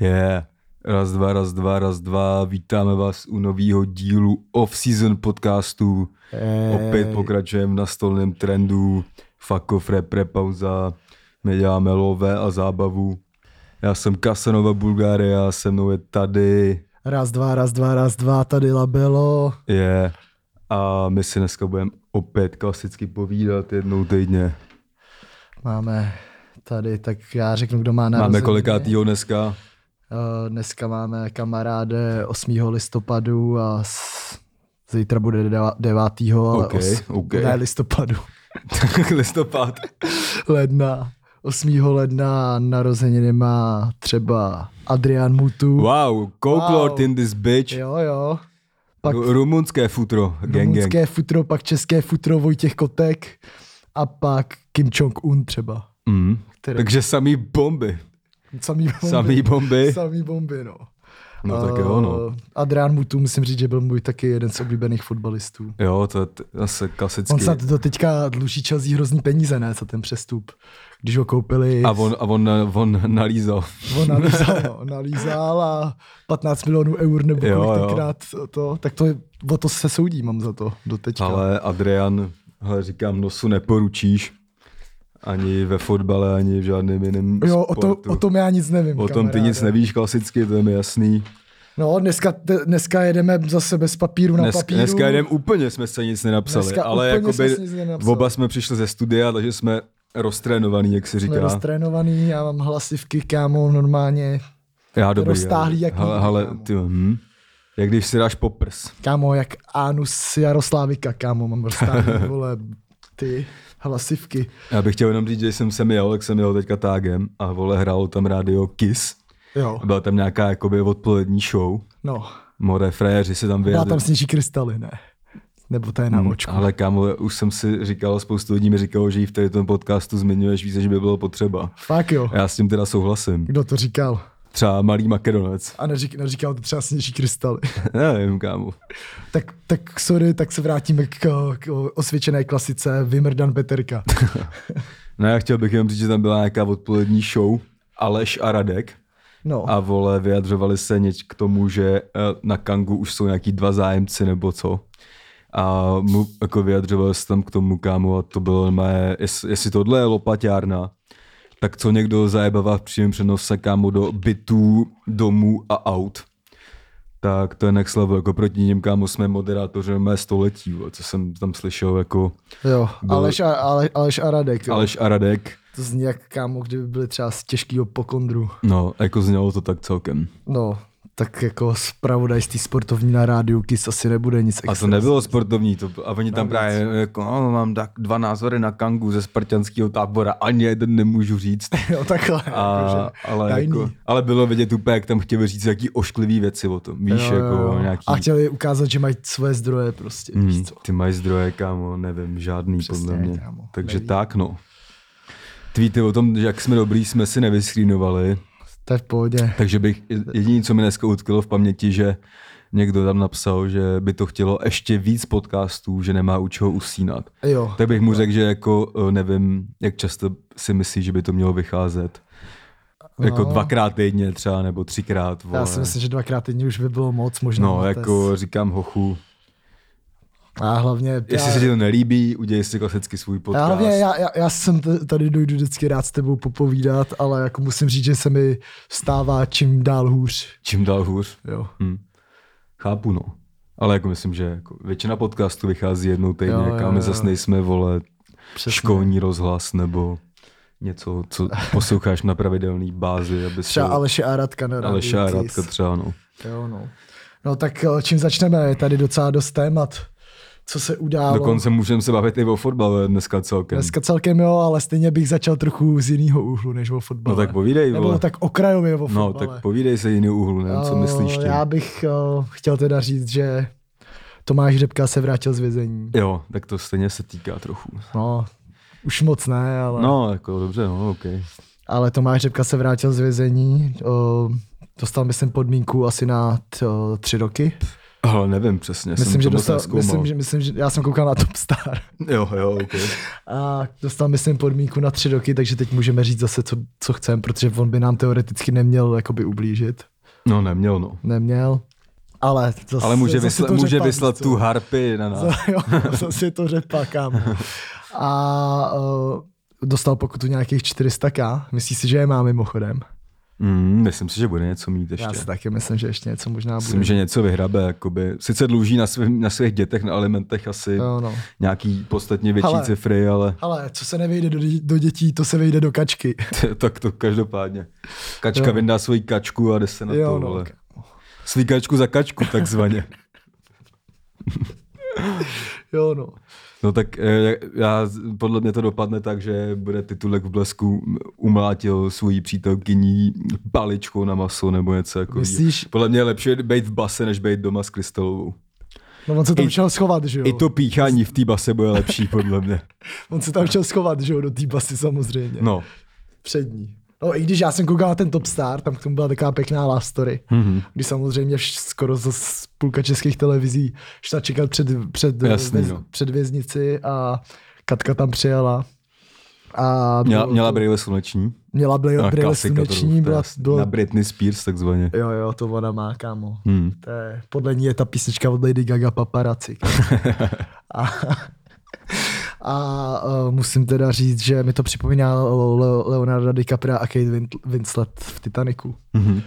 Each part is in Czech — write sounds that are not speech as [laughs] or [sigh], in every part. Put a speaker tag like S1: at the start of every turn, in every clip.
S1: Je. Yeah. Raz, dva, raz, dva, raz, dva. Vítáme vás u nového dílu off-season podcastu.
S2: Ej.
S1: Opět pokračujeme na stolném trendu. Fuck off, rap, rap, pauza. My děláme lové a zábavu. Já jsem Kasanova Bulgária, se mnou je tady.
S2: Raz, dva, raz, dva, raz, dva, tady labelo.
S1: Je. Yeah. A my si dneska budeme opět klasicky povídat jednou týdně.
S2: Máme tady, tak já řeknu, kdo má narozeniny.
S1: Máme kolikátýho dneska? [laughs]
S2: Eh, Dneska máme kamaráde 8. listopadu a s... zítra bude deva- 9. ale
S1: Okej,
S2: os...
S1: okej.
S2: ne listopadu, [laughs]
S1: Listopad.
S2: ledna. 8. ledna narozeniny má třeba Adrian Mutu.
S1: Wow, coke
S2: Wow.
S1: lord in this bitch.
S2: Jo, jo. Pak
S1: Ru- Rumunské futro, gang gang.
S2: rumunské futro, pak české futro Vojtěch Kotek a pak Kim Jong-un třeba.
S1: Mm.
S2: Který-
S1: Takže samý bomby.
S2: Samý bomby.
S1: Samý bomby.
S2: Samý bomby, no.
S1: No tak jo, no.
S2: Eh, Adrián Mutu, musím říct, že byl můj taky jeden z oblíbených fotbalistů.
S1: Jo, to je t- zase klasicky.
S2: Eh. On snad do teďka dluží časí hrozný peníze, ne, za ten přestup. Když ho koupili,
S1: A on, a on, on nalízal.
S2: on nalízal, no, nalízal a 15 milionů eur nebo
S1: Jo,
S2: kolik
S1: jo.
S2: tenkrát to, tak to, je- o to se soudí, mám za to do teďka.
S1: Ale Adrian, hele, říkám, nosu neporučíš. Ani ve fotbale, ani v žádném jiném
S2: jo, o, to,
S1: sportu.
S2: o tom já nic nevím,
S1: o tom ty nic
S2: kamaráde.
S1: nevíš klasicky, to je mi jasný.
S2: No, dneska, dneska jedeme zase bez papíru na
S1: Dnes,
S2: papíru.
S1: dneska jdem úplně, jsme se nic nenapsali,
S2: Dneska
S1: ale
S2: úplně jsme
S1: jakoby
S2: si nic nenapsali.
S1: oba jsme přišli ze studia, takže jsme roztrénovaný, jak se
S2: Jsme
S1: říká.
S2: roztrénovaný, já mám hlasivky, kámo, normálně.
S1: Já dobrý.
S2: roztáhlý
S1: ale-
S2: jak
S1: hele,
S2: nikdy,
S1: hele,
S2: kámo.
S1: ty, hm, jak když si dáš poprs.
S2: Kámo, jak Anus Jaroslavika, kámo,
S1: [laughs]
S2: mám roztáhlý, vole, ty hlasivky.
S1: Já bych chtěl jenom říct, že jsem sem jel, jak jsem jel teďka tágem a vole hrálo tam rádio Kiss.
S2: Jo,
S1: Byla tam nějaká jakoby odpolední show.
S2: no.
S1: More frajeři se tam
S2: Byla
S1: vyjeli.
S2: tam sněží krystaly, ne? Nebo to je
S1: Hmm.
S2: na očku.
S1: Ale kámo, už jsem si říkal, spoustu lidí mi říkalo, že jí v tady tom podcastu zmiňuješ víc, než by bylo potřeba.
S2: Fakt jo.
S1: A já s tím teda souhlasím.
S2: Kdo to říkal?
S1: Třeba malý makedonec. [laughs]
S2: A neřík, neříkal to třeba sněží krystaly.
S1: Nevím, kámo.
S2: tak, tak sorry, tak se vrátíme k, k osvědčené klasice Vimrdan
S1: [laughs]
S2: Peterka.
S1: No já chtěl bych jenom říct, že tam byla nějaká odpolední show Aleš a Radek
S2: No,
S1: a vole vyjadřovali se něč k tomu, že eh, na Kangu už jsou nějaký dva zájemci nebo co. A mu, jako vyjadřovali se tam k tomu kámo a to bylo mé, jest, jestli tohle je lopaťárna, tak co někdo zajebává v přímém přenose kámo do bytů, domů a aut. Tak to je next level, jako proti něm kámo jsme moderátoři mé století, vole, co jsem tam slyšel jako
S2: jo,
S1: byl-
S2: Aleš a, Ale, Aleš a Radek. Jo.
S1: Aleš a Radek.
S2: To zní jak kámo, kdyby byli třeba z těžkého pokondru.
S1: No, jako znělo to tak celkem.
S2: No, tak jako zpravodajství sportovní na rádiu Kiss asi nebude nic extra.
S1: A to nebylo sportovní, to, a oni tam
S2: Navíc.
S1: právě jako, no, mám tak dva názory na Kangu ze spartanského tábora, ani jeden nemůžu
S2: [laughs]
S1: říct.
S2: Jo, takhle.
S1: A,
S2: jakože
S1: ale,
S2: tajný.
S1: jako, ale bylo vidět úplně, jak tam chtěli říct jaký ošklivý věci o tom, víš,
S2: Jo, jo,
S1: jako
S2: jo.
S1: nějaký...
S2: A chtěli ukázat, že mají své zdroje prostě, mm.
S1: Hmm,
S2: víš co.
S1: ty mají zdroje, kámo, nevím, žádný
S2: Přesně,
S1: podle mě.
S2: kámo,
S1: Takže
S2: nevím.
S1: tak, no. Tweety o tom, že jak jsme dobrý, jsme si nevyskrýnovali,
S2: To je v pohodě.
S1: takže bych, jediné, co mi dneska utkalo v paměti, že někdo tam napsal, že by to chtělo ještě víc podcastů, že nemá u čeho usínat.
S2: Jo,
S1: Tak bych mu řekl, že jako eh, nevím, jak často si myslí, že by to mělo vycházet. Jako
S2: No.
S1: dvakrát týdně třeba, nebo třikrát. Vole.
S2: já si myslím, že dvakrát týdně už by bylo moc možná.
S1: no,
S2: to je
S1: jako
S2: s-
S1: říkám hochu,
S2: A hlavně...
S1: jestli
S2: já,
S1: se ti to nelíbí, udělej si klasicky svůj
S2: já,
S1: podcast.
S2: hlavně, já, já, já jsem t- tady dojdu vždycky rád s tebou popovídat, ale jako musím říct, že se mi stává čím dál hůř.
S1: Čím dál hůř.
S2: Jo.
S1: Chápu, no. Ale jako myslím, že jako většina podcastů vychází jednou týdně,
S2: Jo, jo,
S1: a my
S2: jo.
S1: zase nejsme, vole,
S2: Přesně.
S1: školní rozhlas nebo něco,
S2: [laughs]
S1: co posloucháš na pravidelné bázi, aby
S2: Třeba
S1: si...
S2: Aleše a Radka na rádiu
S1: Aleša a
S2: Kiss.
S1: Radka třeba, no.
S2: Jo, no. no tak eh, čím začneme? Je tady docela dost témat, co se událo.
S1: Dokonce můžeme se bavit i o fotbale dneska celkem.
S2: Dneska celkem jo, ale stejně bych začal trochu z jiného úhlu než o fotbale.
S1: No tak povídej,
S2: Nebo
S1: vole.
S2: tak okrajově o
S1: No,
S2: fotbale.
S1: tak povídej se jiný úhlu, nevím, co
S2: Eh,
S1: myslíš ty.
S2: Já bych eh, chtěl teda říct, že Tomáš Řepka se vrátil z vězení.
S1: Jo, tak to stejně se týká trochu.
S2: No, už moc ne, ale, no.
S1: No, jako dobře, no, ok.
S2: ale Tomáš Řepka se vrátil z vězení. eh, Dostal, myslím, podmínku asi na t, eh, tři roky.
S1: Ale nevím přesně,
S2: Myslím
S1: jsem
S2: že,
S1: to moc
S2: dostal,
S1: nezkoumal.
S2: myslím, že, myslím, že já jsem koukal na Top Star
S1: Jo, jo, okay.
S2: a dostal, myslím, podmínku na tři roky, takže teď můžeme říct zase, co, co chceme, protože on by nám teoreticky neměl jakoby ublížit.
S1: No neměl, no.
S2: Neměl. Ale, zase,
S1: Ale může,
S2: zase
S1: vysla,
S2: to
S1: může
S2: řepa,
S1: vyslat
S2: víš co?
S1: tu harpy na nás.
S2: Za, jo, [laughs] zase je to řepa, kámo. A uh, dostal pokutu nějakých 400k. Myslíš si, že je má mimochodem?
S1: Mm, myslím si, že bude něco mít ještě.
S2: Já si taky myslím, že ještě něco možná bude.
S1: Myslím, že něco vyhrabe. Jakoby. Sice dluží na, svým, na svých dětech, na alimentech asi no.
S2: Jo, no.
S1: nějaký podstatně větší
S2: Hele.
S1: cifry, ale [laughs]
S2: Ale co se nevejde do, dě- do dětí, to se vejde do kačky.
S1: t- tak to každopádně. Kačka
S2: Jo.
S1: jo. vyndá svoji kačku a jde se na jo, to.
S2: [laughs] jo,
S1: No, vole.
S2: kámo.
S1: Svý kačku za kačku, takzvaně.
S2: jo, no.
S1: No tak eh, já, podle mě to dopadne tak, že bude titulek v blesku umlátil svoji přítelkyní paličkou na maso nebo něco jako.
S2: Myslíš?
S1: Podle mě je lepší být v base, než být doma s krystalovou.
S2: No on se tam
S1: I-
S2: šel schovat, že jo?
S1: I to píchání v té base bude lepší, podle mě.
S2: On se tam šel schovat, že jo, do té basy samozřejmě.
S1: No.
S2: Přední. No i když já jsem koukal na ten Top Star, tam k tomu byla taková pěkná love story.
S1: Mhm.
S2: Mm-hmm. Kdy samozřejmě vš- skoro z půlka českých televizí šla čekat před, před,
S1: Jasný,
S2: věz,
S1: no.
S2: před věznici a Katka tam přijela. A
S1: Měla,
S2: bylo
S1: měla
S2: to-
S1: brýle sluneční.
S2: měla
S1: A
S2: brýle, brýle
S1: klasika to
S2: sluneční,
S1: růst,
S2: byla,
S1: to je
S2: bylo,
S1: Na Britney Spears takzvaně.
S2: jo, jo, to ona má, kámo.
S1: Hmm.
S2: To je, podle ní je ta písnička od Lady
S1: [laughs]
S2: Gaga paparazzi. A, a uh, musím teda říct, že mi to připomíná Le- Leonarda DiCapria a Kate Win- Winslet v Titaniku.
S1: Mhm.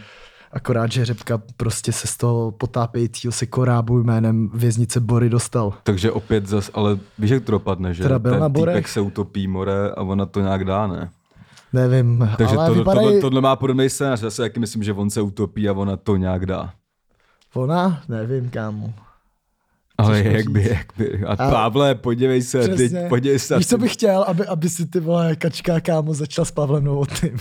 S2: Akorát, že Řepka prostě se z toho potápějícího se korábu jménem věznice Bory dostal.
S1: Takže opět zas, ale víš, jak to dopadne, že?
S2: Teda byl
S1: Ten
S2: na borech.
S1: týpek se utopí more a ona to nějak dá, ne?
S2: Nevím,
S1: Takže
S2: ale
S1: to,
S2: vypadají...
S1: tohle, tohle, má podobný scénář, zase jaký myslím, že on se utopí a ona to nějak dá.
S2: Ona? Nevím, kámo.
S1: Ale
S2: Těžko
S1: jak by,
S2: říct.
S1: jak by. A,
S2: A-
S1: Pavle, podívej se, teď,
S2: Přesně.
S1: podívej se.
S2: Víš, co
S1: ty-
S2: bych chtěl, aby, aby si ty vole kačka kámo začala s Pavlem Novotným.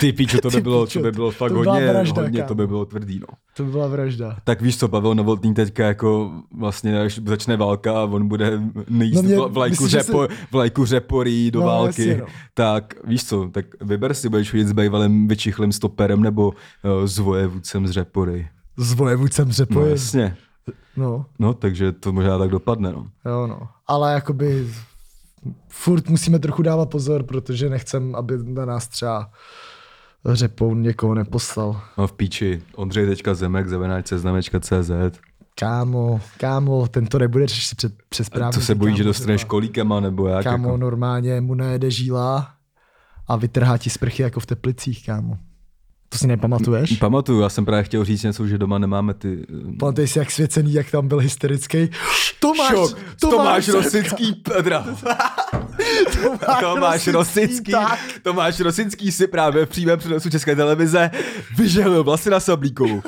S1: Ty píču, to by
S2: Ty
S1: bylo,
S2: píčo,
S1: to by bylo fakt
S2: to by byla
S1: hodně,
S2: vražda,
S1: hodně, to by
S2: kámo.
S1: bylo tvrdý, no.
S2: To by byla vražda.
S1: Tak víš co, Pavel Novotný teďka jako vlastně, až začne válka a on bude
S2: No
S1: nejíst
S2: mě-
S1: no vlajku,
S2: myslíš, že
S1: řepo, vlajku řeporí do
S2: No,
S1: války,
S2: jasně, no.
S1: tak víš co, tak vyber si, budeš chodit s bejvalem vyčichlým stoperem nebo uh, s vojevůdcem z řepory.
S2: S vojevůdcem
S1: No
S2: Řepojem.
S1: jasně,
S2: No,
S1: no takže to možná tak dopadne, no.
S2: jo no. Ale jakoby furt musíme trochu dávat pozor, protože nechcem, aby na nás třeba Řepoun někoho neposlal.
S1: No v píči, Ondřej teďka Zemek, zavináč seznamečka CZ.
S2: Kámo, kámo, ten to nebude řešit před, přes právě.
S1: Co se bojí, že dostaneš kolíkama nebo jak?
S2: Kámo,
S1: jako?
S2: normálně mu najede žíla a vytrhá ti sprchy jako v teplicích, kámo. To si
S1: Mm,
S2: nepamatuješ?
S1: Pamatuju, já jsem právě chtěl říct něco, že doma nemáme ty... eh,
S2: Pamatuješ si, jak svěcený, jak tam byl hysterický? Tomáš,
S1: Šok. Tomáš Rosický, Pedra. Tomáš Rosický,
S2: tak.
S1: Tomáš Rosický si právě v přímém přenosu České televize vyžehlil vlastně na Sablíkovou.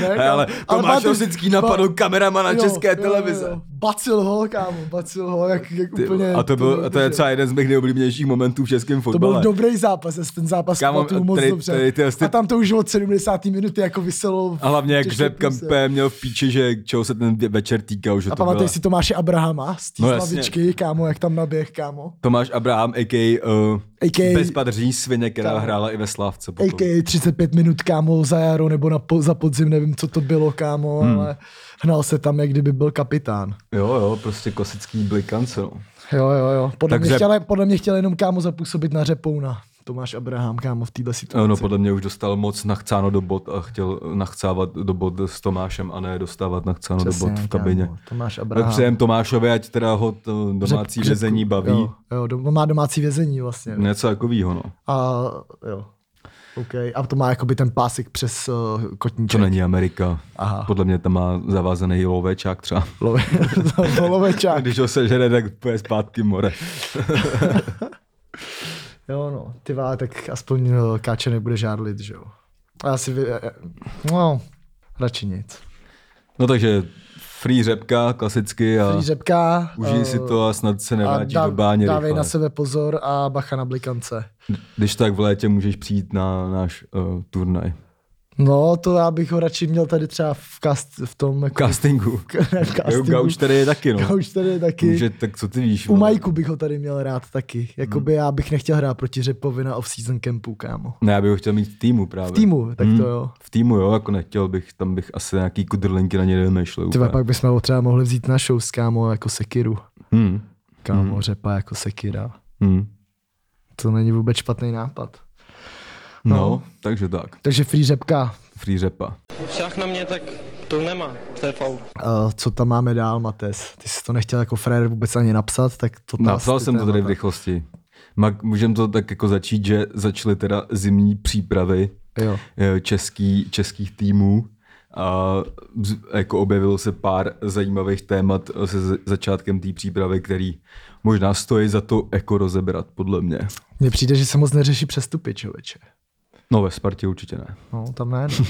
S2: Ne, kámo.
S1: Ale Tomáš
S2: pamatuj-
S1: Rosický napadl
S2: pa-
S1: kameramana
S2: jo,
S1: České
S2: jo, jo,
S1: televize.
S2: jo. Bacil ho, kámo, bacil ho, jak, jak
S1: Ty,
S2: úplně...
S1: a to, byl,
S2: bylo
S1: a to je
S2: dobře.
S1: třeba jeden z mých nejoblíbenějších momentů v českém
S2: To byl
S1: fotbale.
S2: dobrý zápas, já si ten zápas
S1: Kámo,
S2: pamatuju moc
S1: tady-
S2: dobře.
S1: tady ty-
S2: A tam to už od 70. minuty jako vyselo... v
S1: a hlavně jak
S2: těžké
S1: Řepka
S2: puse.
S1: P měl v píči, že čeho se ten vě- večer týkal, že
S2: A
S1: to byla.
S2: pamatuješ si Tomáše Abrahama z té
S1: No
S2: no,
S1: jasně.
S2: slavičky, kámo, jak tam naběh, kámo.
S1: Tomáš Abraham, a.k.a. Uh,
S2: A.k.a.
S1: bezpadří svině, která
S2: Kámo.
S1: hrála i ve Slávce potom.
S2: AK 35 minut, kámo, za jaro nebo na po, za podzim, nevím, co to bylo, kámo, hmm. ale hnal se tam, jak kdyby byl kapitán.
S1: Jo, jo, prostě klasický blikance, no.
S2: Jo, jo, jo. Podle,
S1: Takže-
S2: mě chtěl, podle mě chtěl jenom kámo zapůsobit na Řepouna. Tomáš Abraham, kámo, v této situaci.
S1: No, no, podle mě už dostal moc nachcáno do bod a chtěl eh, nachcávat do bod s Tomášem a ne dostávat nachcáno do bod v kabině.
S2: Kámo, Tomáš
S1: Tak
S2: Abraham.
S1: přejem Tomášovi, ať teda ho to domácí
S2: Řep-
S1: vězení
S2: Řepku,
S1: baví.
S2: Jo, jo, dom- má domácí vězení vlastně. Ne.
S1: Něco takovýho, no.
S2: A jo. OK. A to má jakoby ten pásek přes uh,
S1: To
S2: kotníček.
S1: není Amerika.
S2: Aha.
S1: Podle mě tam má zavázaný lovečák třeba.
S2: Love,
S1: [laughs]
S2: [laughs] lovečák.
S1: Když ho sežere, tak půjde zpátky more.
S2: Jo, no, ty vá, tak aspoň no, Káče nebude žárlit, že jo. A já si vy... eh, No, radši nic.
S1: No takže free řepka klasicky a
S2: Prý řepka.
S1: užij
S2: eh,
S1: si to a snad se
S2: a
S1: nevrátíš do báně
S2: dávej
S1: rychle.
S2: na sebe pozor a bacha na blikance.
S1: Když tak v létě můžeš přijít na náš uh, eh, turnaj.
S2: No, to já bych ho radši měl tady třeba v, cast, v tom... Jako,
S1: Castingu.
S2: ne, [laughs] v
S1: Jo,
S2: castingu.
S1: Gauč tady je taky, no.
S2: Gauč tady je taky.
S1: Může, tak co ty víš?
S2: U
S1: no?
S2: Majku bych ho tady měl rád taky. Jakoby
S1: Hmm.
S2: já bych nechtěl hrát proti Řepovi na off-season campu, kámo.
S1: Ne, já bych ho chtěl mít v týmu právě.
S2: V týmu, tak
S1: Hmm.
S2: to jo.
S1: V týmu, jo, jako nechtěl bych, tam bych asi nějaký kudrlinky na něj nevymýšlel.
S2: Tyve,
S1: úplně.
S2: pak bychom ho třeba mohli vzít na show s kámo jako Sekiru.
S1: Hmm.
S2: Kámo, Řepa jako Sekira.
S1: Hmm.
S2: To není vůbec špatný nápad.
S1: No, no, takže tak.
S2: Takže Free Řepka,
S1: Free řepa.
S3: Však na mě, tak to nemá, to je faul.
S2: Uh, co tam máme dál, Mates? Ty jsi to nechtěl jako frajer vůbec ani napsat, tak No, to
S1: Napsal jsem to tady v rychlosti. Mak, můžeme to tak jako začít, že začaly teda zimní přípravy
S2: Jo.
S1: eh, český, českých týmů a z- jako objevilo se pár zajímavých témat eh, se za- začátkem té přípravy, který možná stojí za to jako rozebrat, podle mě.
S2: Mně přijde, že se moc neřeší přestupy, člověče.
S1: No ve Spartě určitě ne.
S2: No, tam ne. no.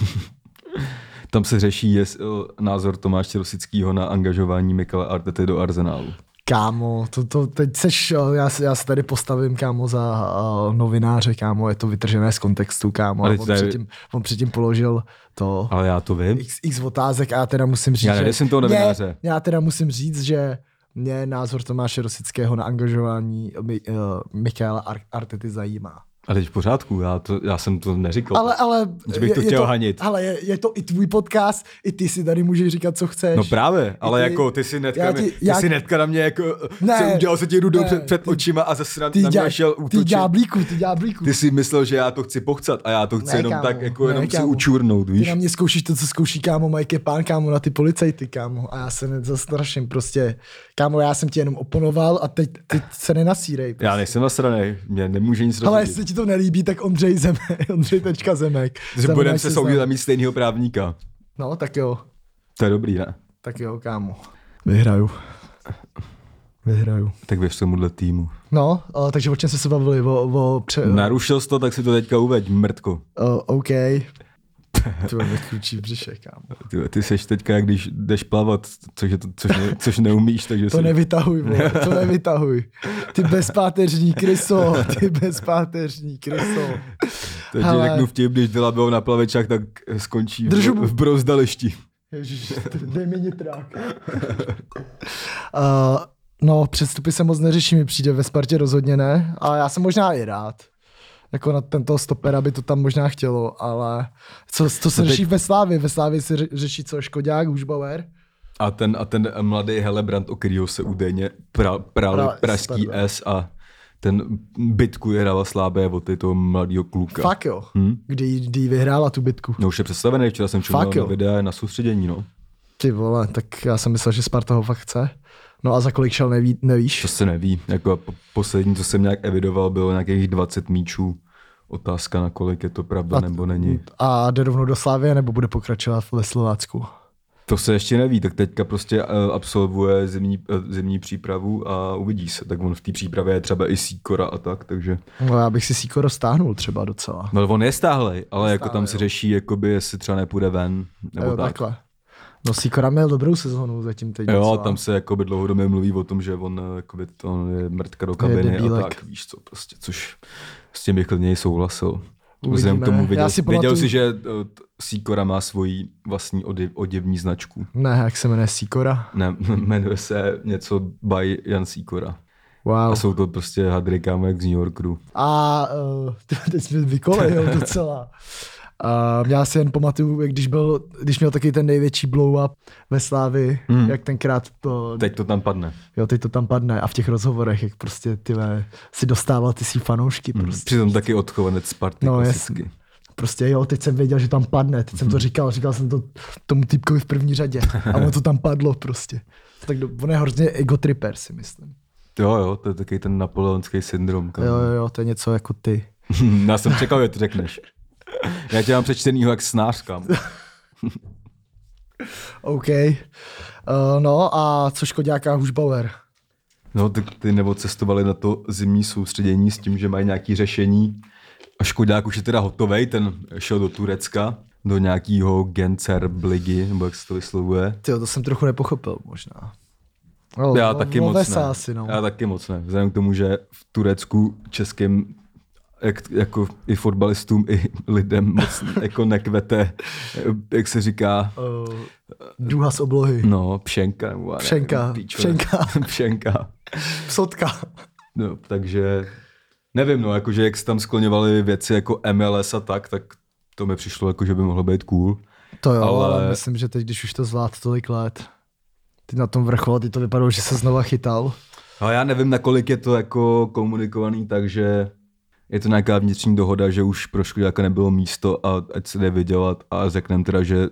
S1: Tam se řeší jest, eh, názor Tomáše Rosického na angažování Mikala Artety do Arsenálu.
S2: Kámo, to, to teď seš, uh, já, se- já se tady postavím, kámo, za uh, novináře, kámo, je to vytržené z kontextu, kámo.
S1: Ale
S2: A
S1: ty
S2: on,
S1: tady-
S2: předtím, on předtím položil to
S1: Ale já to vím.
S2: x, x otázek a já teda musím říct,
S1: Já
S2: že...
S1: nejsem toho
S2: Mě-
S1: novináře.
S2: Já teda musím říct, že mě názor Tomáše Rosického na angažování Mi, uh, Michaela Ar- Artety zajímá.
S1: Ale teď v pořádku, já, to, já jsem to neříkal.
S2: Ale, ale,
S1: Že bych to
S2: je-
S1: chtěl
S2: je to,
S1: hanit.
S2: Ale je, je to i tvůj podcast, i ty si tady můžeš říkat, co chceš.
S1: No právě, ale
S2: ty-
S1: jako ty si netka,
S2: já
S1: ti,
S2: ti-
S1: ty
S2: já-
S1: si netka na mě jako, ne,
S2: Ne,
S1: jsem udělal se ti rudo
S2: ne,
S1: před, před
S2: ty-
S1: očima a zase na,
S2: ty,
S1: na mě
S2: dě,
S1: šel
S2: ty
S1: útočit.
S2: ďáblíku, ty ďáblíku.
S1: Ty si myslel, že já to chci pochcat a já to chci
S2: Ne,
S1: jenom
S2: kámo,
S1: tak jako
S2: ne,
S1: jenom si
S2: kámo.
S1: učurnout,
S2: Ty
S1: víš?
S2: na mě zkoušíš to, co zkouší kámo Mike Pán, kámo, na ty policajty, kámo. A já se hned zastraším prostě. Kámo, já jsem tě jenom oponoval a teď, teď se nenasírej. Prostě.
S1: Já nejsem nasranej, mě nemůže nic
S2: Ale
S1: rozhodit.
S2: jestli ti to nelíbí, tak Ondřej Zemek, [laughs] Ondřej tečka Zemek.
S1: Že budeme
S2: Zavináč
S1: se
S2: seznam.
S1: soudit a mít stejného právníka.
S2: No, tak jo,
S1: To je dobrý, ne?
S2: tak jo, kámo. Vyhraju. Vyhraju.
S1: Tak věř tomuhle týmu.
S2: No, o, takže o čem jsme se bavili? O, o pře...
S1: Narušil jsi to, tak si to teďka uveď, mrtko.
S2: O, OK. To je kručí břišek, kámo.
S1: Ty, ty seš teďka, jak když jdeš plavat, což, je to, což, ne, což neumíš, takže
S2: To
S1: jsi-
S2: nevytahuj, vole,
S1: [laughs]
S2: to nevytahuj. Ty bezpáteřní kryso, ty bezpáteřní kryso.
S1: To ti
S2: Hele.
S1: řeknu vtip, když byla bylo na plavečák, tak skončí
S2: Držu
S1: v,
S2: mu-
S1: v brozdališti.
S2: Ježiš, dej mi nitrák. Uh, no, přestupy se moc neřeší, mi přijde ve Spartě rozhodně ne, ale já jsem možná i rád. Jako na tento stopera by to tam možná chtělo, ale co, to se
S1: No teď-
S2: řeší ve Slávě. Ve Slávě se ře- řeší co, Škodák, Hušbauer?
S1: A ten, a ten mladý Helebrant, o kterého se údajně pra, prali
S2: Pra-
S1: pražský
S2: pardon.
S1: S a ten bitku je Rava Slábé od toho mladého kluka.
S2: Fakt jo, hmm?
S1: Hm?
S2: kdy, jí- kdy jí vyhrála tu bitku.
S1: No už je představený, včera jsem čuměl
S2: Fakt
S1: na
S2: jo.
S1: videa na soustředění, no.
S2: Ty vole, tak já jsem myslel, že Sparta ho fakt chce. No a za kolik šel, neví, nevíš?
S1: To se neví. Jako po- poslední, co jsem nějak evidoval, bylo nějakých 20 míčů. Otázka, na kolik je to pravda nebo není.
S2: A jde rovnou do Slávie, nebo bude pokračovat ve Slovácku?
S1: To se ještě neví, tak teďka prostě eh, absolvuje zimní, eh, zimní přípravu a uvidí se. Tak on v té přípravě je třeba i Sikora a tak, takže...
S2: No já bych si Siko roztáhnul třeba docela.
S1: No on je stáhlej, ale jako tam se řeši, jakoby, jestli třeba nepůjde ven, nebo
S2: Jo,
S1: tak.
S2: takhle. No Sikora měl dobrou sezonu zatím teď.
S1: Jo,
S2: docela.
S1: tam se jakoby dlouhodobě mluví o tom, že on eh, jakoby, to je mrtka do kabiny a
S2: debílek.
S1: tak, víš co, prostě, což s tím bych klidně i souhlasil.
S2: Uvidíme.
S1: Vzhledem k tomu
S2: Já
S1: viděl,
S2: si
S1: si pamatuju... viděl
S2: pamatuju-
S1: si, že eh, t- Sikora má svoji vlastní odev, oděvní značku.
S2: Ne, jak se jmenuje Sikora?
S1: Ne, [laughs] jmenuje se něco by Jan Sikora.
S2: Wow.
S1: A jsou to prostě hadry kámek z New Yorku.
S2: A uh, [laughs] teď
S1: [laughs]
S2: jsme vykolejil docela. Uh, já si jen pamatuju, jak když, byl, když měl taky ten největší blow-up ve Slávi, hmm. jak tenkrát to,
S1: Teď to tam padne.
S2: Jo, teď to tam padne a v těch rozhovorech, jak prostě ty vole, si dostával ty svý fanoušky
S1: Hmm.
S2: prostě.
S1: Přitom taky odchovanec Sparty
S2: No,
S1: no,
S2: jasně.
S1: klasicky. Jasný.
S2: Prostě jo, teď jsem věděl, že tam padne, teď jsem to říkal, říkal jsem to tomu typkovi v první řadě a ono to tam padlo prostě. Tak do, on je hrozně egotriper si myslím.
S1: Jo, jo, to je taky ten napoleonský syndrom. Kam...
S2: Jo, jo, jo, to je něco jako ty.
S1: [laughs] Já jsem čekal, že to řekneš. Já tě mám přečtenýho jak snář, kam.
S2: OK. Uh, no a co Škodáka Hušbauer?
S1: No, tak ty nebo cestovali na to zimní soustředění s tím, že mají nějaké řešení. A Škodák už je teda hotovej, ten šel do Turecka, do nějakého Gencer Bligy, nebo jak se to vyslovuje.
S2: Ty to jsem trochu nepochopil možná. No,
S1: Já
S2: no,
S1: taky moc
S2: Lovesa
S1: ne.
S2: Asi, no.
S1: Já taky moc ne. Vzhledem k tomu, že v Turecku českým jak, jako i fotbalistům, i lidem moc jako nekvete, jak se říká,
S2: Uh, duha z oblohy. [laughs]
S1: no, pšenka. Nebo já nevím,
S2: Pšenka,
S1: píčo,
S2: pšenka.
S1: [laughs] pšenka.
S2: Sotka.
S1: No, takže nevím, no, jakože jak se tam skloňovaly věci jako MLS a tak, tak to mi přišlo, jako, že by mohlo být cool.
S2: To jo, ale...
S1: Ale-
S2: ale myslím, že teď, když už to zvlád tolik let, ty na tom vrcholu, ty to vypadalo, že se znova chytal.
S1: No, já nevím, nakolik je to jako komunikovaný, takže je to nějaká vnitřní dohoda, že už pro Škodáka nebylo místo a ať se jde vydělat a řekneme teda, že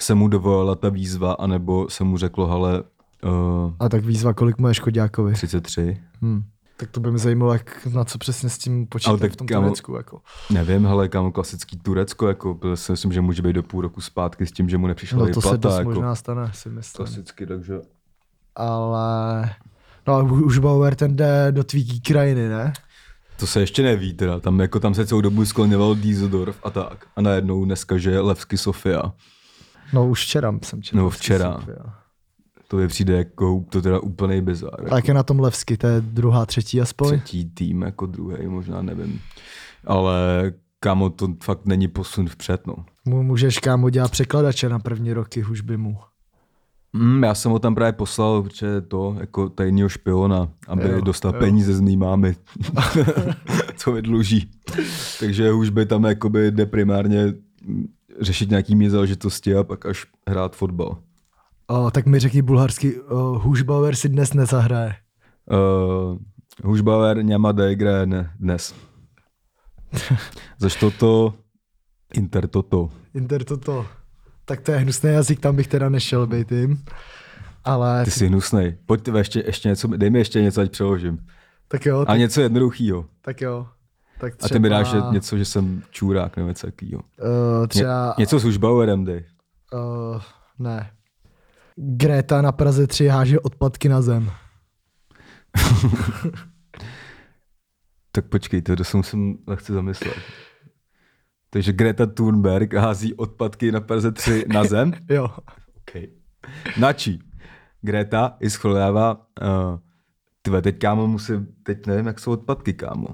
S1: se mu dovolila ta výzva, anebo se mu řeklo, hele, uh,
S2: A tak výzva, kolik mu je Škodňákovi.
S1: 33.
S2: Hmm. Tak to by mě zajímalo, jak, na co přesně s tím počítat
S1: Ale
S2: tak,
S1: tak
S2: v tom
S1: kámo-
S2: Turecku. Jako.
S1: Nevím, hele, kámo, klasický Turecko, jako byl si myslím, že může být do půl roku zpátky s tím, že mu nepřišla
S2: No to
S1: výplata,
S2: se dost
S1: jako
S2: jako... možná stane, si myslím.
S1: klasicky, takže
S2: Ale... No a už Bauer ten jde do tvý krajiny, ne?
S1: To se ještě neví teda, tam, jako, tam se celou dobu skloněval Dieseldorf a tak. A najednou dneska, že je Levsky Sofia.
S2: No už včera jsem četl.
S1: No, včera.
S2: Jsem, jo.
S1: To mi přijde jako to teda úplný bizár.
S2: A jak je na tom Levsky, to je druhá, třetí aspoň?
S1: Třetí tým jako druhý, možná nevím. Ale kamo, to fakt není posun vpřed, no.
S2: Mu můžeš kámo dělat překladače na první roky hudby mu.
S1: Mm, já jsem ho tam právě poslal, protože to, jako tajního špiona, aby
S2: Jo,
S1: jo, dostal
S2: jo.
S1: jo. peníze z mý mámy, [laughs] co mi dluží. Takže už by tam jakoby jde primárně mm, řešit nějaký mý záležitosti a pak až hrát fotbal.
S2: O, tak mi řekni bulharsky, o, Hušbauer si dnes nezahraje.
S1: Uh, Hušbauer něma hraje ne, dnes. [laughs] Zaš toto, Inter toto.
S2: Inter toto. Tak to je hnusný jazyk, tam bych teda nešel být jim. Ale
S1: Ty jsi hnusnej. Pojď ty, ještě, ještě něco, dej mi ještě něco, ať přeložím.
S2: tak jo,
S1: A
S2: tak,
S1: něco jednoduchýho.
S2: tak jo. Tak
S1: A
S2: třeba,
S1: ty mi dáš že- něco, že jsem čůrák nebo něco takovýho.
S2: Uh,
S1: Ně,
S2: třeba,
S1: něco s Hušbauerem dej.
S2: uh, ne. Greta na Praze 3 háže odpadky na zem.
S1: Tak počkejte, to se musím lehce zamyslet. Takže Greta Thunberg hází odpadky na Perze 3 na zem.
S2: Jo.
S1: Okay. Načí. Greta i schovává. Uh, tyve, teď kámo musím, teď nevím, jak jsou odpadky, kámo.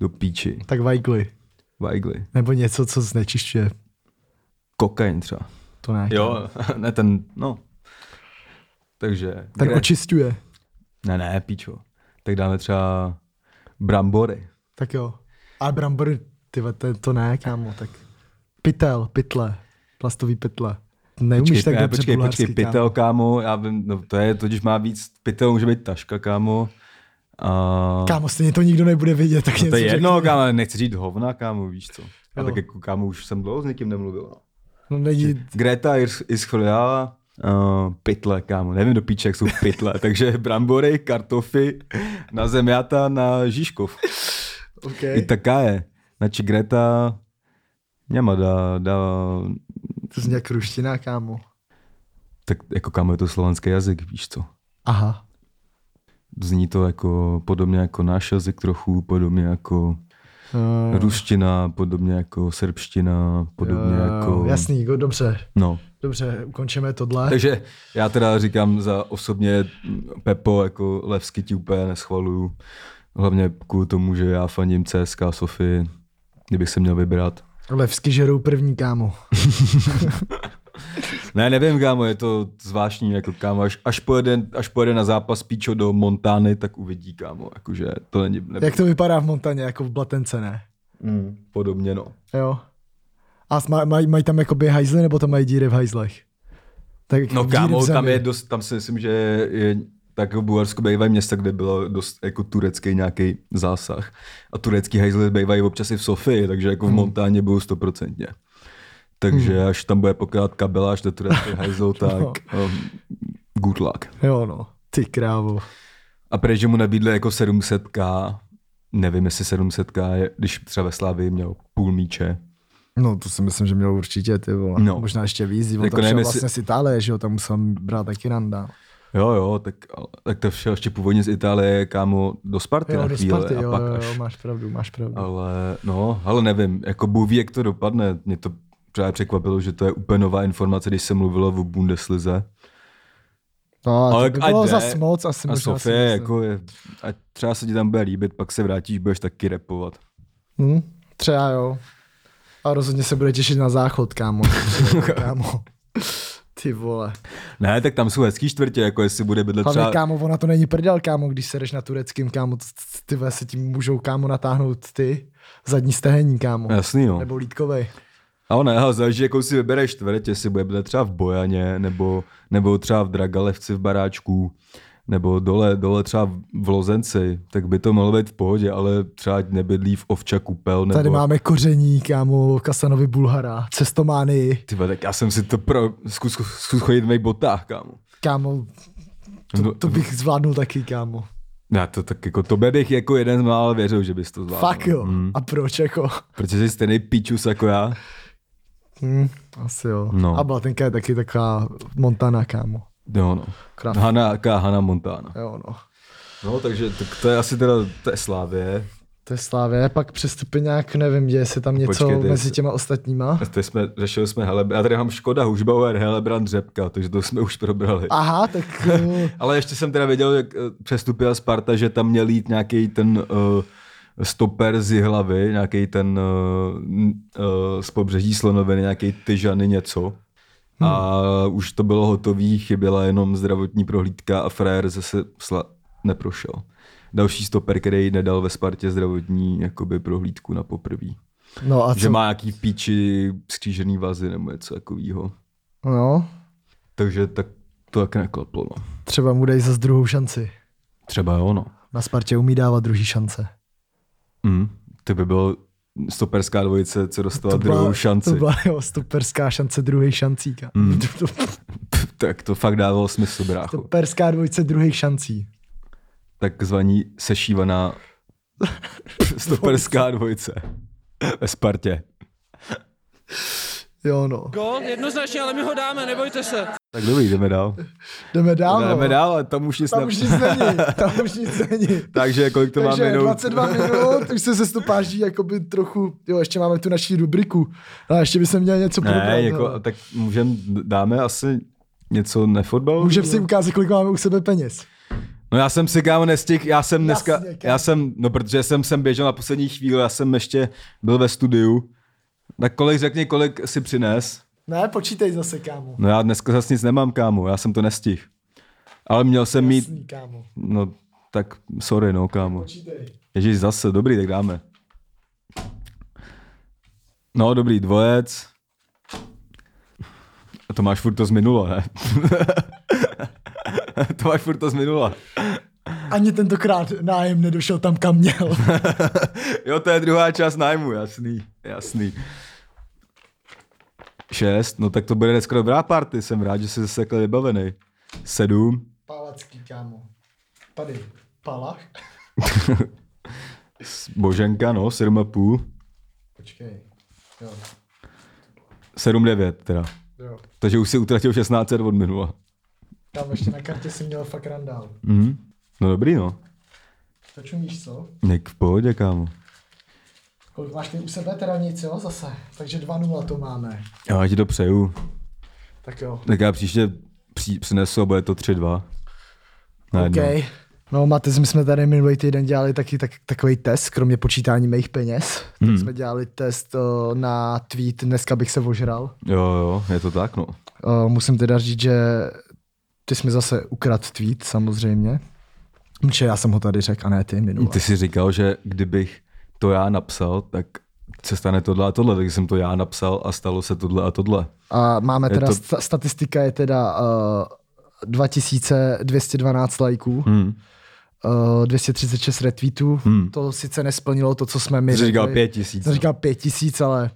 S1: Do píči.
S2: Tak vajgly.
S1: Vajgly.
S2: Nebo něco, co znečišťuje.
S1: Kokain třeba.
S2: To ne.
S1: Jo, ne ten, no. Takže.
S2: Tak
S1: Gre-
S2: očistuje.
S1: Ne, ne, píčo. Tak dáme třeba brambory.
S2: Tak jo. A brambory, ty ve- to, to ne, kámo, tak. Pytel, pytle, plastový pytle. Neumíš tak
S1: ne,
S2: dobře
S1: počkej,
S2: bulharsky,
S1: počkej,
S2: kámo.
S1: pytel, kámo. Já vím, no, to je, to, když má víc, pytel může být taška, kámo. A...
S2: Kámo, stejně to nikdo nebude vidět, tak
S1: No to je
S2: něco
S1: jedno,
S2: řekni.
S1: kámo, ale nechci říct hovna, kámo, víš co. A
S2: Jo.
S1: tak jako, kámo, už jsem dlouho s nikým nemluvil. No.
S2: No není,
S1: Greta Irs- Ischoliala, uh, pytle, kámo, nevím do píče, jak jsou pytle, [laughs] takže brambory, kartofy, na zemňata, na Žižkov.
S2: okay.
S1: I taká je. Znači Greta, něma dá, dá,
S2: to zní jak ruština, kámo.
S1: tak jako kámo je to slovanský jazyk, víš co.
S2: Aha.
S1: Zní to jako podobně jako náš jazyk trochu, podobně jako
S2: Uh,
S1: ruština, podobně jako srbština, podobně jako...
S2: Jasný, go, dobře,
S1: No.
S2: dobře, ukončíme tohle.
S1: Takže já teda říkám za osobně mm, Pepo, jako Levsky ti úplně neschvaluju. Hlavně kvůli tomu, že já faním CSK Sofii, kdybych se měl vybrat.
S2: Levsky žerou první, kámo.
S1: Ne, nevím, kámo, je to zvláštní, jako kámo, až, až, pojede, až pojede na zápas Píčo do Montány, tak uvidí, kámo, jakože to není ne,
S2: Jak to vypadá v Montaně, jako v Blatence, ne?
S1: mm, podobně, no.
S2: Jo. A s- maj, maj, mají tam jakoby hajzly, nebo tam mají díry v hajzlech? Tak
S1: No
S2: díry v
S1: kámo, tam
S2: zemi.
S1: je dost, tam si myslím, že je tak v Bulharsku bývají města, kde bylo dost jako turecký nějaký zásah. A turecký hajzly bývají občas i v Sofii, takže jako v
S2: Hmm.
S1: Montáně budou stoprocentně. Takže až tam bude pokládat kabela, až do turecký hajzl,
S2: [laughs] No.
S1: tak um, good luck.
S2: Jo no, ty krávo.
S1: A prej, že mu nabídli jako 700k, nevím, jestli 700k je, když třeba ve Slávii měl půl míče.
S2: No to si myslím, že měl určitě, ty vole. No.
S1: No.
S2: Možná ještě víc, on
S1: Jako
S2: tam šel
S1: nevím,
S2: vlastně z Itálie, že jo, tam musel brát taky randa.
S1: Jo, jo, tak, tak to šel ještě původně z Itálie, kámo, do Sparty
S2: Jo,
S1: na
S2: do
S1: chvíli
S2: Sparty,
S1: a
S2: jo,
S1: pak
S2: jo,
S1: až
S2: jo, máš pravdu, máš pravdu.
S1: Ale no, ale nevím, jako Bůh ví, jak to dopadne. Mě to právě překvapilo, že to je úplně nová informace, když se mluvilo o Bundeslize.
S2: No, ale
S1: Ale
S2: to by
S1: ať
S2: bylo
S1: jde.
S2: zas moc asi
S1: A
S2: možná. si
S1: Sofie,
S2: myslím.
S1: jako je, a třeba se ti tam bude líbit, pak se vrátíš, budeš taky repovat.
S2: Hm? Třeba jo. A rozhodně se bude těšit na
S1: [laughs]
S2: záchod, kámo. kámo. Ty vole.
S1: Ne, tak tam jsou hezký čtvrtě, jako jestli bude bydlet
S2: Hlavně
S1: třeba...
S2: kámo, ona to není prdel, kámo, když se jdeš na tureckým, kámo, t- t- ty vole, se tím můžou, kámo, natáhnout ty zadní stehení, kámo.
S1: Jasný, no.
S2: Nebo lítkovej.
S1: A ne, ale záleží, jakou si vybereš čtvrť, jestli bude bydlet třeba v Bojaně, nebo, nebo třeba v Dragalevci v baráčku, nebo dole, dole třeba v- v Lozenci, tak by to mohlo být v pohodě, ale třeba ať nebydlí v Ovča kupel, nebo...
S2: Tady máme koření, kámo, Kasanovi Bulhara, cestomány,
S1: Ty vole, tak já jsem si to pro... Zkus, zkus, zkus chodit v mých botách, kámo.
S2: kámo,
S1: No,
S2: to, to bych zvládnul taky, kámo.
S1: Já to tak jako, tobě bych jako jeden z mála věřil, že bys to zvládl. no.
S2: Fakt jo.
S1: Hmm.
S2: A proč, jako?
S1: Protože jsi stejný píčus jako já.
S2: Hm, asi jo.
S1: No.
S2: A Blatenka je taky taková Montana, kámo.
S1: Jo, no.
S2: Kraft.
S1: Hana, jaká Hana Montana.
S2: Jo, no.
S1: No, takže tak to je asi teda, to je Slávě.
S2: To je Slávě, pak přestupy nějak, nevím, děje se tam něco
S1: Počkejte,
S2: mezi
S1: jestli-
S2: těma ostatníma.
S1: A Teď jsme, řešili jsme Hele, já tady mám Škoda, Hušbauer, Helebrand, Řepka, takže to jsme už probrali. A... [laughs]
S2: Aha, tak eh,
S1: Ale ještě jsem teda věděl, jak eh, přestupila Sparta, že tam měl jít nějaký ten uh, stoper z hlavy, nějaký ten uh, uh, z pobřeží Slonoviny, nějaký Tyžany něco. A už to bylo hotový, chyběla jenom zdravotní prohlídka a frajer zase sla... neprošel. Další stoper, který nedal ve Spartě zdravotní jakoby, prohlídku na poprví.
S2: no a
S1: Že
S2: co?
S1: má nějaký v píči skřížený vazy nebo něco takového.
S2: No,
S1: Takže tak to tak neklaplo. No.
S2: třeba mu dej zase druhou šanci.
S1: Třeba jo, no.
S2: Na Spartě umí dávat druhý šance.
S1: Mm. To by bylo stoperská dvojice, co dostala
S2: To byla-
S1: druhou šanci. Hmm.
S2: To byla jo, stuperská šance druhých šancí. Mm.
S1: Pff, tak to fakt dávalo smysl, brácho. To...
S2: Stuperská dvojice druhých šancí.
S1: Takzvaní
S2: [laughs]
S1: sešívaná stoperská dvojice ve Spartě.
S2: Jo no.
S3: Gol, jednoznačně, ale my ho dáme, nebojte se.
S1: Tak dobrý, jdeme dál.
S2: Jdeme dál. no.
S1: Jdeme dál, ale tam už nic
S2: Tam
S1: ne...
S2: už nic není. Tam už nic není.
S1: Takže kolik [laughs] to má
S2: Takže
S1: minut?
S2: 22 minut, už se se stopáží jakoby trochu, jo, ještě máme tu naší rubriku, ale ještě by se měl něco probrat, no.
S1: Ne,
S2: hele.
S1: jako, tak můžem, dáme asi něco nefotbalu?
S2: Můžeme si ukázat, kolik máme u sebe peněz.
S1: No já jsem si kámo nestihl, já jsem dneska,
S2: Jasně, kámo.
S1: já jsem, no protože jsem sem běžel na poslední chvíli, já jsem ještě byl ve studiu. Tak kolik řekni, kolik si přines?
S2: Ne, počítej zase, kámo.
S1: No já dneska zase nic nemám, kámo, já jsem to nestihl. Ale měl jsem mít,
S2: Jasný, kámo.
S1: no tak sorry, no kámo.
S2: Počítej.
S1: Ježíš, zase, dobrý, tak dáme. No dobrý, dvojec. A to máš furt to z minula, ne? [laughs] to máš furt to z minula.
S2: Ani tentokrát nájem nedošel tam, kam měl.
S1: Jo, to je druhá část nájmu, jasný, jasný. Šest, no tak to bude dneska dobrá party, jsem rád, že jsi zase takhle vybavený. Sedm,
S2: Palacký, kámo. Tady, Palach.
S1: s- Boženka, no, sedm a půl.
S2: Počkej. Jo,
S1: Sedm devět teda.
S2: jo.
S1: Takže už si utratil 16 od minula.
S2: Tam ještě na kartě si měl fakt randál.
S1: Mhm. No dobrý, no.
S2: To čumíš, co?
S1: Nik v pohodě, kámo.
S2: Kolik máš ty u sebe teda nic, jo, zase. Takže 2-0 to máme.
S1: Jo, Já ti to přeju.
S2: Tak jo.
S1: Tak já příště při- přinesu a bude to 3-2. Najednou.
S2: OK. No, Matez, my jsme tady minulý týden dělali taky tak, takový test, kromě počítání mých peněz. Hmm. Tak jsme dělali test uh, na tweet, dneska bych se ožral.
S1: Jo, jo, je to tak, no.
S2: Uh, musím teda říct, že ty jsi mi zase ukradl tweet, samozřejmě. Protože já jsem ho tady řekl, a ne ty minule.
S1: Ty jsi říkal, že kdybych to já napsal, tak se stane tohle a tohle, takže jsem to já napsal a stalo se tohle a tohle.
S2: A máme
S1: Je
S2: teda,
S1: to-
S2: to... sta- statistika je teda uh, 2212 lajků,
S1: Hm.
S2: hmm. uh, 236 retweetů. Hmm. To sice nesplnilo to, co jsme my
S1: Ty Hm. jsi říkal
S2: řekli.
S1: pět tisíc.
S2: Jsem říkal 5000, ale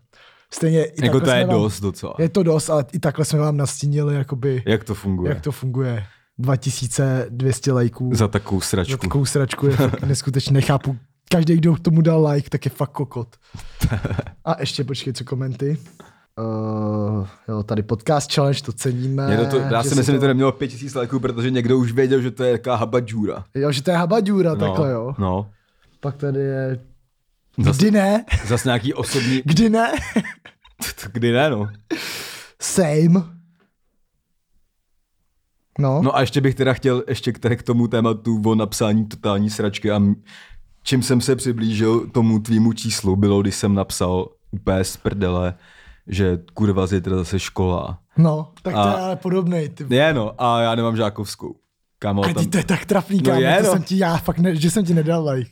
S2: stejně i
S1: Jako
S2: takhle
S1: to je
S2: jsme vám,
S1: dost docela.
S2: Je to dost, ale i takhle jsme vám nastínili, jakoby,
S1: Jak to funguje?
S2: jak to funguje. 2200 lajků
S1: Za takovou
S2: za
S1: sračku.
S2: takovou sračku je fakt neskutečně, nechápu. Každý, kdo k tomu dal like, tak je fakt
S1: [laughs]
S2: kokot. A ještě počkej, co komenty. Uh, jo, tady podcast challenge, to ceníme.
S1: Někdo to, já
S2: že
S1: si
S2: si
S1: myslím, že to nemělo pět tisíc lajků, protože někdo už věděl, že to je jaká habadžůra.
S2: Jo, že to je habaďůra, no.
S1: No,
S2: takhle jo.
S1: no.
S2: Pak tady je...
S1: Zas-
S2: Kdy ne?
S1: Zas nějaký osobní...
S2: Kdy ne? [laughs]
S1: Kdy ne, no.
S2: Same. No, no.
S1: No a ještě bych teda chtěl ještě k- tady k tomu tématu o napsání totální sračky a m- čím jsem se přiblížil tomu tvýmu číslu, bylo, když jsem napsal úplně z prdele, že kurva zítra zase škola.
S2: no tak to
S1: A-
S2: je ale podobnej. Ty.
S1: Je no, a já nemám žákovskou. Kámo,
S2: A
S1: tam,
S2: ty, to je tak trapný,
S1: No
S2: kámo,
S1: je,
S2: to
S1: no.
S2: jsem ti, já fakt, ne, že jsem ti nedal like.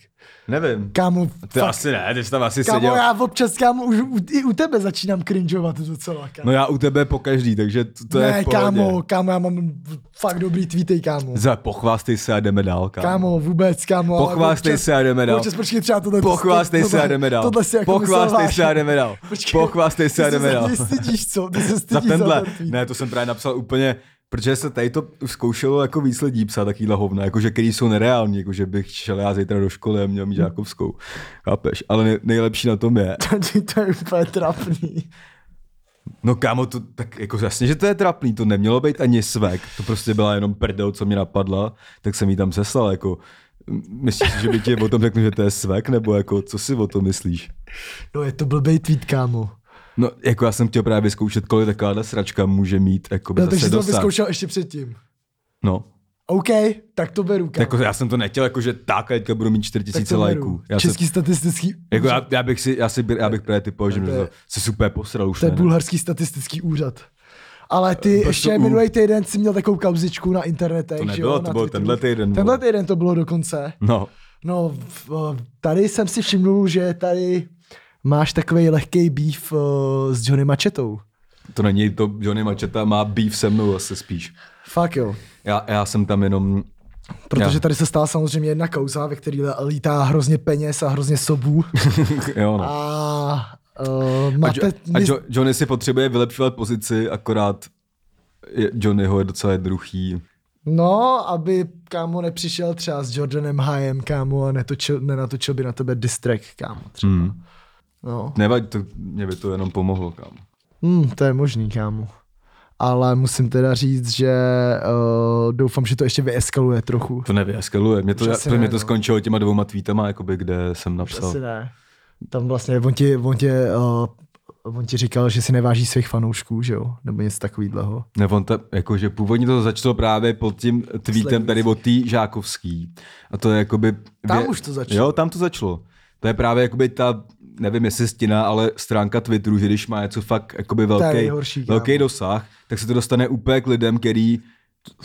S1: nevím.
S2: Kámo,
S1: Ty
S2: fakt,
S1: asi ne, ty jsi tam asi
S2: kámo,
S1: seděl.
S2: já občas, kámo, už u, i u tebe začínám cringeovat docela, kámo.
S1: No já u tebe po každý, takže to, to
S2: ne,
S1: je v pohodě.
S2: kámo, kámo, já mám fakt dobrý tweety, kámo.
S1: Za pochvástej se a jdeme dál, kámo.
S2: Kámo, vůbec, kámo. ale
S1: Pochvástej
S2: občas-
S1: se a jdeme dál.
S2: Občas, počkej, třeba tohle.
S1: Pochvástej
S2: tohle-
S1: se a jdeme dál.
S2: Tohle si jako
S1: Pochvástej
S2: myslel
S1: se
S2: vážně.
S1: a jdeme dál.
S2: Počkej,
S1: Pochvástej se
S2: ty
S1: a jdeme
S2: se za
S1: dál.
S2: mě stydíš, co? Ty
S1: [laughs]
S2: se
S1: za
S2: stydíš za,
S1: tenhle.
S2: ten tweet.
S1: ne, to jsem právě napsal úplně, protože se tady to zkoušelo jako víc lidí psát takovýhle hovna, jakože který jsou nereální, jakože bych šel já zítra do školy a měl mít žákovskou. Chápeš? Ale nej- nejlepší na tom je,
S2: Tady to je úplně trapný.
S1: No kámo, to, tak jako jasně, že to je trapný, to nemělo být ani svek, to prostě byla jenom prdel, co mě napadla, tak jsem jí tam seslal, jako m- myslíš, si, že by ti o tom řekl, že to je svek, nebo jako co si o tom myslíš?
S2: No je to blbej tweet, kámo.
S1: No, jako já jsem chtěl právě vyzkoušet, kolik takováhle sračka může mít, jako by
S2: No, takže
S1: zase
S2: jsi to
S1: dosah.
S2: vyzkoušel ještě předtím.
S1: No,
S2: OK, tak to beru, kámo.
S1: jako já jsem to nechtěl, jako že tak, a teďka budu mít 4000 lajků. Já jsem,
S2: Český statistický...
S1: jako já, já, bych si, já, si, já bych právě typoval, že mě
S2: To je-
S1: to se super posral už.
S2: To je
S1: ne?
S2: bulharský statistický úřad. Ale ty
S1: Eh,
S2: ještě
S1: BSU.
S2: minulý týden si měl takovou kauzičku na internetech.
S1: To
S2: že
S1: nebylo,
S2: jo,
S1: to
S2: na
S1: bylo
S2: Twitteru.
S1: tenhle týden, vole.
S2: Tenhle týden to bylo dokonce.
S1: No,
S2: No, v, tady jsem si všimnul, že tady máš takový lehký beef eh, s Johnny Machetou.
S1: to není to, Johnny Macheta má beef se mnou asi spíš.
S2: Fakt jo.
S1: Já, já jsem tam jenom [laughs]
S2: Protože
S1: Jo.
S2: tady se stala samozřejmě jedna kauza, ve které lítá hrozně peněz a
S1: [laughs]
S2: hrozně sobů.
S1: jo, no.
S2: A uh,
S1: A, jo,
S2: máte...
S1: a jo, Johnny si potřebuje vylepšovat pozici, akorát je- Johnnyho je docela druhý.
S2: No, aby kámo nepřišel třeba s Jordanem Hajem, kámo, a netočil, nenatočil by na tebe distrek, kámo, třeba.
S1: Hmm.
S2: No,
S1: Nevadí, to, mě by to jenom pomohlo, kam.
S2: hmm, to je možný, kámo. Ale musím teda říct, že uh, doufám, že to ještě vyeskaluje trochu.
S1: To nevyeskaluje. Mě to,
S2: Už
S1: já,
S2: asi
S1: to,
S2: ne,
S1: mě to
S2: no.
S1: skončilo těma dvouma tweetama, jakoby, kde jsem napsal.
S2: Asi ne. Tam vlastně, on ti, on ti, uh, on ti říkal, že si neváží svých fanoušků, že jo? Nebo něco takového.
S1: Ne, on ta, jakože původně to začalo právě pod tím tweetem tady o tý žákovský. A to je jakoby...
S2: Tam
S1: vě-
S2: už to začalo.
S1: Jo, tam to začalo. To je právě jakoby ta, nevím jestli stina, ale stránka Twitteru, že když má něco fakt jakoby velký,
S2: nejhorší, kámo.
S1: velký dosah, tak se to dostane úplně k lidem, který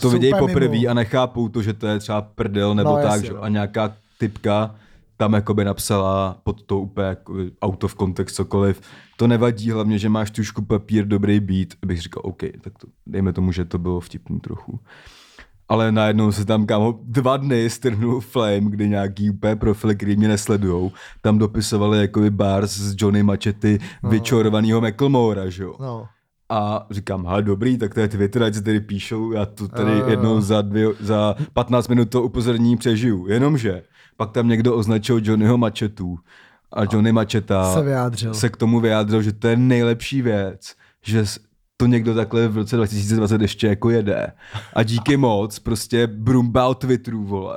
S1: to
S2: Jsou
S1: vidějí
S2: úplně
S1: poprvé
S2: mimo.
S1: a nechápou to, že to je třeba prdel nebo
S2: No,
S1: tak.
S2: jasně,
S1: že?
S2: no.
S1: A nějaká typka tam jakoby napsala pod to úplně jakoby out of context cokoliv. To nevadí, hlavně, že máš tušku papír, dobrý beat. Bych říkal, OK, tak to, dejme tomu, že to bylo vtipný trochu. Ale najednou se tam kámo dva dny strhnul Flame, kdy nějaký úplně profily, který mě nesledujou, tam dopisovali jakoby bars z Johnny Machety no. vyčorovanýho McLemora, že jo?
S2: No.
S1: A říkám, hele dobrý, tak to je Twitter, ať se tady píšou, já to tady
S2: Jo, jo, jo.
S1: jednou za, dvě, za 15 minut to upozornění přežiju. Jenomže pak tam někdo označil Johnnyho Machetu a Johnny Macheta
S2: Se vyjádřil.
S1: se k tomu vyjádřil, že to je nejlepší věc, že s- to někdo takhle v roce 2020 ještě jako jede. A díky moc, prostě brumbal Twitteru, vole.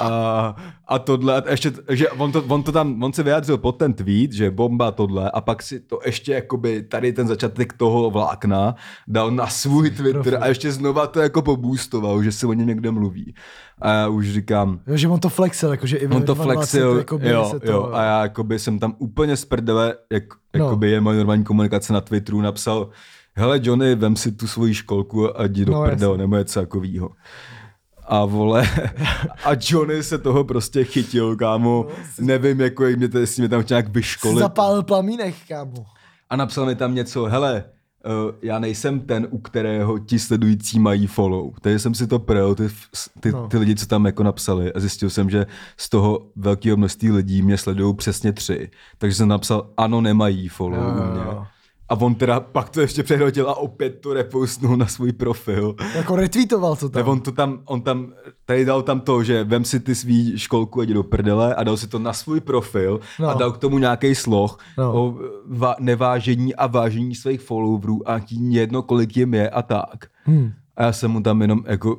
S1: A, a tohle, a ještě, že on, to, on, to tam, on se vyjádřil pod ten tweet, že bomba tohle, a pak si to ještě jakoby tady ten začátek toho vlákna dal na svůj Twitter a ještě znova to jako pobůstoval, že se o něm někde mluví. A já už říkám,
S2: Jo, že on to flexil, jakože i ve
S1: On to
S2: 22
S1: flexil,
S2: jakoby
S1: jo,
S2: se to,
S1: jo, a já jakoby jsem tam úplně z prdele, jak,
S2: No.
S1: no. jakoby je moje normální komunikace na Twitteru, napsal, hele Johnny, vem si tu svoji školku a jdi do
S2: No,
S1: no,
S2: jasně.
S1: prdele, nebo něco takovýho. A vole,
S2: [laughs]
S1: a Johnny se toho prostě chytil, kámo,
S2: No,
S1: nevím, jako jak mě to, jestli mě tam chtěl nějak
S2: Si
S1: vyškolit.
S2: Zapálil plamínek, kámo.
S1: A napsal mi tam něco, hele, Uh, já nejsem ten, u kterého ti sledující mají follow. Takže jsem si to prel, ty, f- ty,
S2: No.
S1: no. ty lidi, co tam jako napsali a zjistil jsem, že z toho velkého množství lidí mě sledují přesně tři. Takže jsem napsal, ano, nemají follow
S2: Jo,
S1: no.
S2: jo,
S1: u mě.
S2: jo.
S1: A on teda pak to ještě přehrotil a opět to repostnul na svůj profil.
S2: Jako retweetoval to tam.
S1: Ne, on to tam, on tam, tady dal tam to, že vem si ty svý školku a jdi do prdele a dal si to na svůj profil
S2: No.
S1: no. a dal k tomu nějaký sloh
S2: No.
S1: no. o va- nevážení a vážení svých followerů a tím jedno, kolik jim je a tak. Hmm. A já jsem mu tam jenom jako,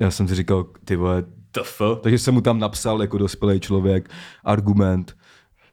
S1: já jsem si říkal, ty vole, tf. Takže jsem mu tam napsal jako dospělý člověk argument.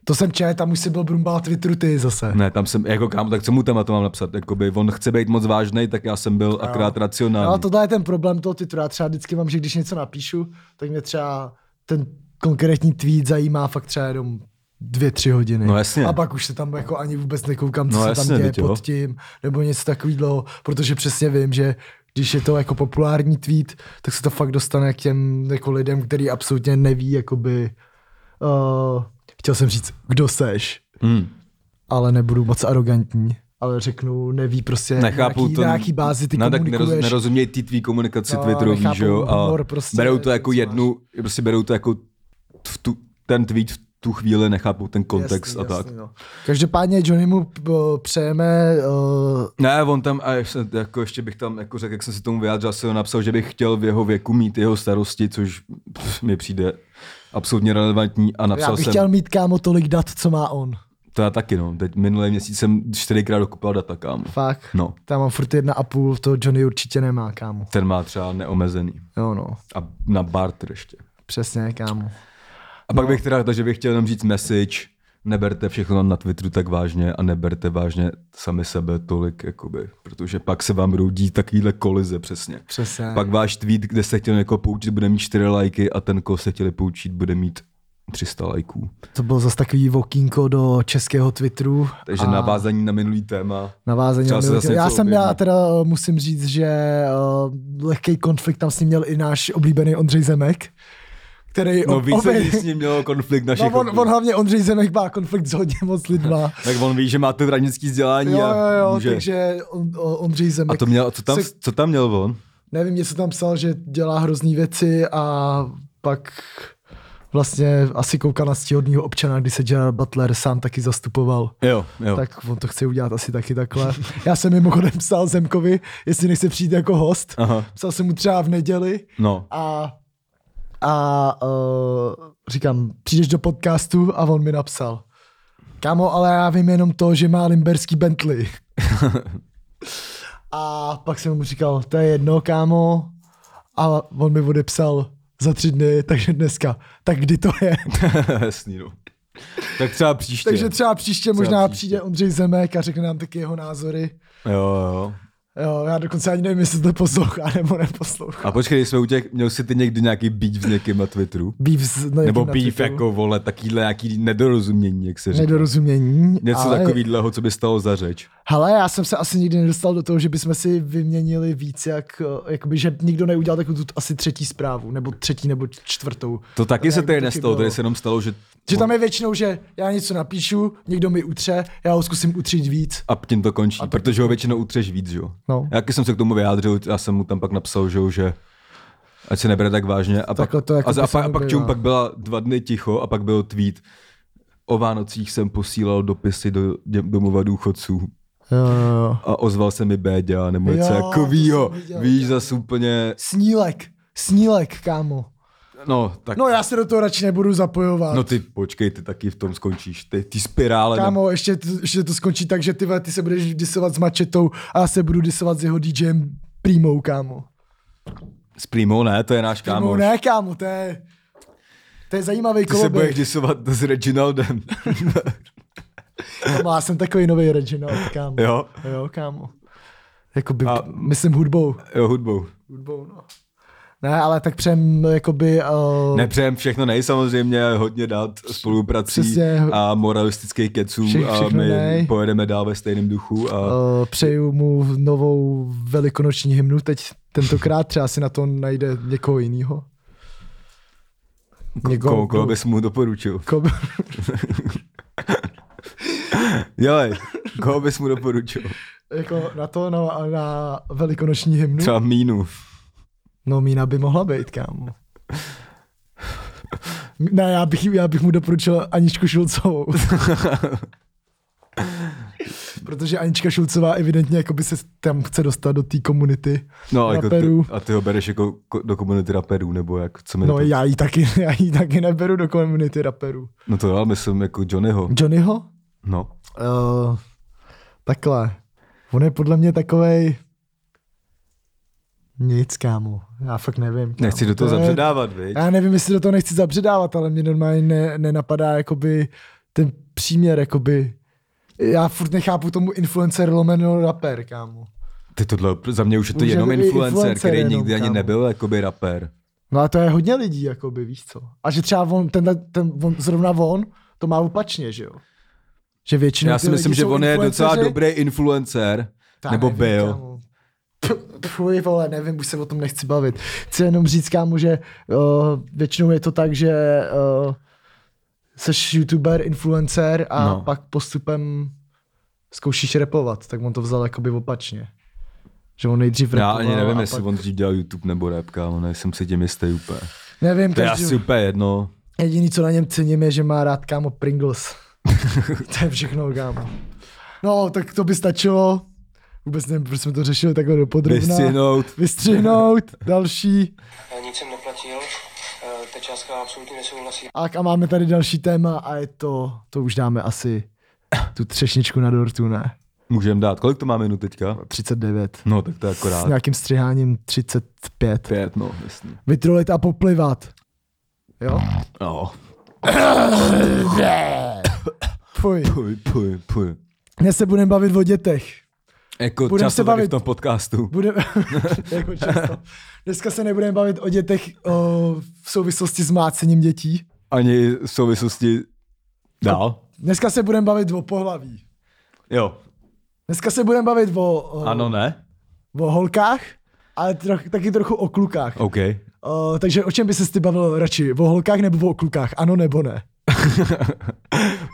S2: To jsem čet, tam už si byl brumbal Twitteru ty zase.
S1: Ne, tam jsem, jako kámo, tak co mu tématu mám napsat? Jakoby, on chce být moc vážný, tak já jsem byl akorát racionální.
S2: Ale tohle je ten problém toho Twitteru. Já třeba vždycky mám, že když něco napíšu, tak mě třeba ten konkrétní tweet zajímá fakt třeba jenom dvě, tři hodiny.
S1: No jasně.
S2: A pak už se tam jako ani vůbec nekoukám, co
S1: No
S2: no se
S1: jasně,
S2: tam děje
S1: vždyť jo.
S2: pod tím, nebo něco takového, protože přesně vím, že když je to jako populární tweet, tak se to fakt dostane k těm jako lidem, který absolutně neví, jakoby, uh, chtěl jsem říct, kdo seš,
S1: Hmm.
S2: ale nebudu moc arrogantní, ale řeknu, neví prostě,
S1: Nechápu
S2: nějaký,
S1: to.
S2: na jaký bázi ty
S1: no, tak
S2: komunikuješ.
S1: neroz, nerozumějí ty tvý komunikaci no,
S2: No,
S1: Twitterový,
S2: nechápou
S1: že jo? A
S2: humor prostě,
S1: berou to jako
S2: co máš.
S1: jednu, prostě berou to jako v tu, ten tweet v tu chvíli, nechápou ten kontext
S2: Jasný,
S1: a tak.
S2: jasný, No. Každopádně Johnny mu p- přejeme uh,
S1: Ne, on tam, a ještě, jako ještě bych tam jako řekl, jak jsem si tomu vyjádřil, asi ho napsal, že bych chtěl v jeho věku mít jeho starosti, což pff, mi přijde absolutně relevantní a napsal
S2: já bych
S1: jsem,
S2: chtěl mít kámo tolik dat, co má on.
S1: to já taky no, teď minulý měsíc jsem čtyřikrát dokupoval data, kámo.
S2: Fakt.
S1: No,
S2: Tam mám furt jedna a půl, to Johnny určitě nemá, kámo.
S1: ten má třeba neomezený
S2: Jo no,
S1: a na barter ještě.
S2: přesně, kámo.
S1: A
S2: No.
S1: pak bych teda, takže bych chtěl jenom říct message, neberte všechno na Twitteru tak vážně a neberte vážně sami sebe tolik, jakoby, protože pak se vám budou dít takovýhle kolize přesně.
S2: Přesně.
S1: Pak váš tweet, kde se chtěl někoho poučit, bude mít 4 lajky a ten, koho se chtěli poučit, bude mít 300 lajků.
S2: To bylo zase takový vokínko do českého Twitteru.
S1: Takže
S2: a No,
S1: navázání na minulý téma.
S2: Navázání
S1: Třeba
S2: na
S1: se
S2: Milutin.
S1: zase
S2: já
S1: něco
S2: jsem, já
S1: objeví.
S2: teda uh, musím říct, že uh, lehký konflikt tam s ním měl i náš oblíbený Ondřej Zemek, který
S1: No
S2: o-
S1: víc
S2: obě-
S1: lidí s ním mělo konflikt
S2: [laughs] No,
S1: našich.
S2: on,
S1: obou.
S2: on, hlavně Ondřej Zemek má konflikt s hodně moc lidma.
S1: Tak on ví, že má to vranický vzdělání
S2: Jo,
S1: a
S2: jo, jo,
S1: může.
S2: takže on, o- Ondřej Zemek,
S1: A to měl, co tam,
S2: se-
S1: co tam měl on?
S2: nevím, něco tam psal, že dělá hrozný věci a pak vlastně asi koukal na stíhodního občana, kdy se Gerard Butler sám taky zastupoval.
S1: Jo, jo.
S2: Tak on to chce udělat asi taky takhle. Já jsem mimochodem psal Zemkovi, jestli nechce přijít jako host.
S1: Aha,
S2: Psal jsem mu třeba v neděli
S1: no.
S2: a, a uh, říkám, přijdeš do podcastu a on mi napsal. Kámo, ale já vím jenom to, že má limberský Bentley. [laughs] a pak jsem mu říkal, to je jedno, kámo. A on mi odepsal za tři dny, takže dneska. Tak kdy to je? [laughs]
S1: [laughs] Jasný, no. Tak třeba příště.
S2: takže třeba příště možná
S1: příště.
S2: přijde Ondřej Zemek a řekne nám taky jeho názory.
S1: Jo, jo.
S2: Jo, já dokonce ani nevím, jestli to poslouchá [laughs] nebo neposlouchá.
S1: A počkej, když jsme u těch, měl jsi ty někdy nějaký beef s někým na Twitteru?
S2: Beef s,
S1: Nebo
S2: na někým na
S1: beef
S2: Twitteru.
S1: jako, vole, takýhle nějaký nedorozumění, jak se říká.
S2: Nedorozumění.
S1: Něco
S2: ale-
S1: takového, co by stalo za řeč.
S2: Hele, já jsem se asi nikdy nedostal do toho, že bychom si vyměnili víc, jak, eh, jakoby, že nikdo neudělal takovou tu asi třetí zprávu, nebo třetí, nebo čtvrtou.
S1: To taky se
S2: jak
S1: tady
S2: by to
S1: nestalo, tady
S2: chybělo.
S1: se jenom stalo, že...
S2: Že tam je většinou, že já něco napíšu, někdo mi utře, já ho zkusím utřít víc.
S1: A tím to končí, protože ho většinou utřeš víc, že jo.
S2: No.
S1: Já taky jsem se k tomu vyjádřil, já jsem mu tam pak napsal, že jo, že ať se nebere tak vážně. A pak,
S2: Takhle to jako
S1: a, za- a,
S2: by se
S1: pak, a pak,
S2: nebývá.
S1: čum, pak byla dva dny ticho a pak byl tweet. O Vánocích jsem posílal dopisy do dě- domova důchodců.
S2: Jo, jo, jo.
S1: a ozval se mi Béďa nebo něco
S2: Jo,
S1: takovýho.
S2: to jsem viděl,
S1: Víš,
S2: jo.
S1: zase úplně,
S2: Snílek, snílek, kámo.
S1: no tak, no,
S2: No já se do toho radši nebudu zapojovat.
S1: no ty počkej, ty taky v tom skončíš, ty, ty spirále. no,
S2: Kámo, ještě, to- ještě to skončí tak, že ty, vole, ty se budeš disovat s mačetou a já se budu disovat s jeho DJem Primou, kámo.
S1: S Primou ne, to je náš
S2: Primou
S1: kámo.
S2: ne, kámo, to je, to je
S1: Ty
S2: zajímavý
S1: se
S2: koloběh.
S1: budeš disovat s
S2: [laughs]
S1: Reginaldem,
S2: Kámo, já jsem takový nový Reginald, kámo.
S1: jo?
S2: Jo, kámo. Jakoby,
S1: A-
S2: a... myslím hudbou.
S1: Jo, hudbou.
S2: Hudbou, no. Ne, ale tak přem, jakoby, uh, ne,
S1: Nepřejem všechno, nej samozřejmě, hodně dát spoluprací
S2: Přesně.
S1: a moralistických keců
S2: Vše-
S1: a
S2: všechno
S1: my
S2: nej.
S1: pojedeme dál ve stejném duchu a
S2: uh, přeju mu novou velikonoční hymnu, teď tentokrát třeba si na to najde někoho jiného.
S1: ko- komu, komu bys mu doporučil? [laughs]
S2: koho, [laughs]
S1: Dělej, koho bys mu doporučil?
S2: jako na to, na, na velikonoční hymnu.
S1: Třeba mínu.
S2: No Mína by mohla být, kámo. Ne, já bych, já bych mu doporučil
S1: [laughs]
S2: Aničku Šulcovou. Protože Anička Šulcová evidentně jako by se tam chce dostat do té komunity.
S1: No, jako ty,
S2: Raperů.
S1: a ty ho bereš jako ko- do komunity raperů, nebo jak, co mi
S2: No
S1: to...
S2: já ji taky, [laughs] já ji taky neberu do komunity raperů.
S1: No to já myslím jako Johnnyho.
S2: Johnnyho?
S1: No.
S2: Uh, takhle. On je podle mě takovej... Nic, kámo. Já fakt nevím. Kámo.
S1: Nechci do toho
S2: No, To je-
S1: zabředávat, viď?
S2: Já nevím, jestli do toho nechci zabředávat, ale mě normálně ne, nenapadá jakoby ten příměr, jakoby, já furt nechápu tomu influencer lomeno rapper, kámo.
S1: Ty tohle, za mě už je to
S2: Už je
S1: jenom
S2: to i
S1: influencer,
S2: influencer
S1: který
S2: jenom,
S1: nikdy ani
S2: kámo.
S1: nebyl jakoby rapper.
S2: No a to je hodně lidí, jakoby, víš co. A že třeba on, tenhle, ten, on, zrovna on, to má opačně, že jo. Že většinou
S1: Já si
S2: ty
S1: myslím,
S2: lidi
S1: že
S2: jsou
S1: on je docela
S2: influenceři.
S1: dobrý influencer,
S2: Ta,
S1: nebo
S2: nevím,
S1: byl.
S2: kámo. P- Fuj, vole, nevím, už se o tom nechci bavit. Chci jenom říct, kámo, že uh, většinou je to tak, že uh, seš youtuber, influencer a
S1: No.
S2: no. pak postupem zkoušíš repovat, tak on to vzal jakoby opačně. Že on nejdřív
S1: Já
S2: repoval
S1: ani nevím,
S2: a
S1: jestli
S2: pak...
S1: on dřív dělal YouTube nebo rap, kámo, nejsem si tím jistý úplně.
S2: Nevím,
S1: To je
S2: každý...
S1: asi úplně jedno.
S2: Jediný, co na něm cením, je, že má rád
S1: [laughs]
S2: kámo Pringles. to je všechno, kámo. No, tak to by stačilo. Vůbec nevím, proč jsme to řešili takhle dopodrobná.
S1: Vystihnout.
S2: Vystřihnout, další.
S4: Eh, Nic jsem neplatil, eh, ta částka absolutně nesouhlasí.
S2: Tak a máme tady další téma a je to, to už dáme asi tu třešničku na dortu, ne?
S1: Můžeme dát, kolik to má minut teďka?
S2: 39.
S1: No, tak to je
S2: S
S1: akorát.
S2: nějakým střiháním 35.
S1: Pět, no, jasný.
S2: Vytrolit a poplivat. Jo?
S1: No,
S2: Fuj.
S1: puj, puj, puj.
S2: Dnes se budeme bavit o dětech.
S1: Jako
S2: Budem
S1: často
S2: se
S1: taky
S2: bavit.
S1: v tom podcastu.
S2: Budeme, [laughs] jako často. Dneska se nebudeme bavit o dětech o, v souvislosti s mácením dětí.
S1: Ani v souvislosti dál.
S2: Dneska se budeme bavit o pohlaví.
S1: Jo.
S2: Dneska se budeme bavit o, o,
S1: Ano, ne?
S2: o holkách, ale troch, taky trochu o klukách.
S1: OK.
S2: O, Eh, takže o čem by se ty bavil radši? O holkách nebo o klukách? Ano nebo ne?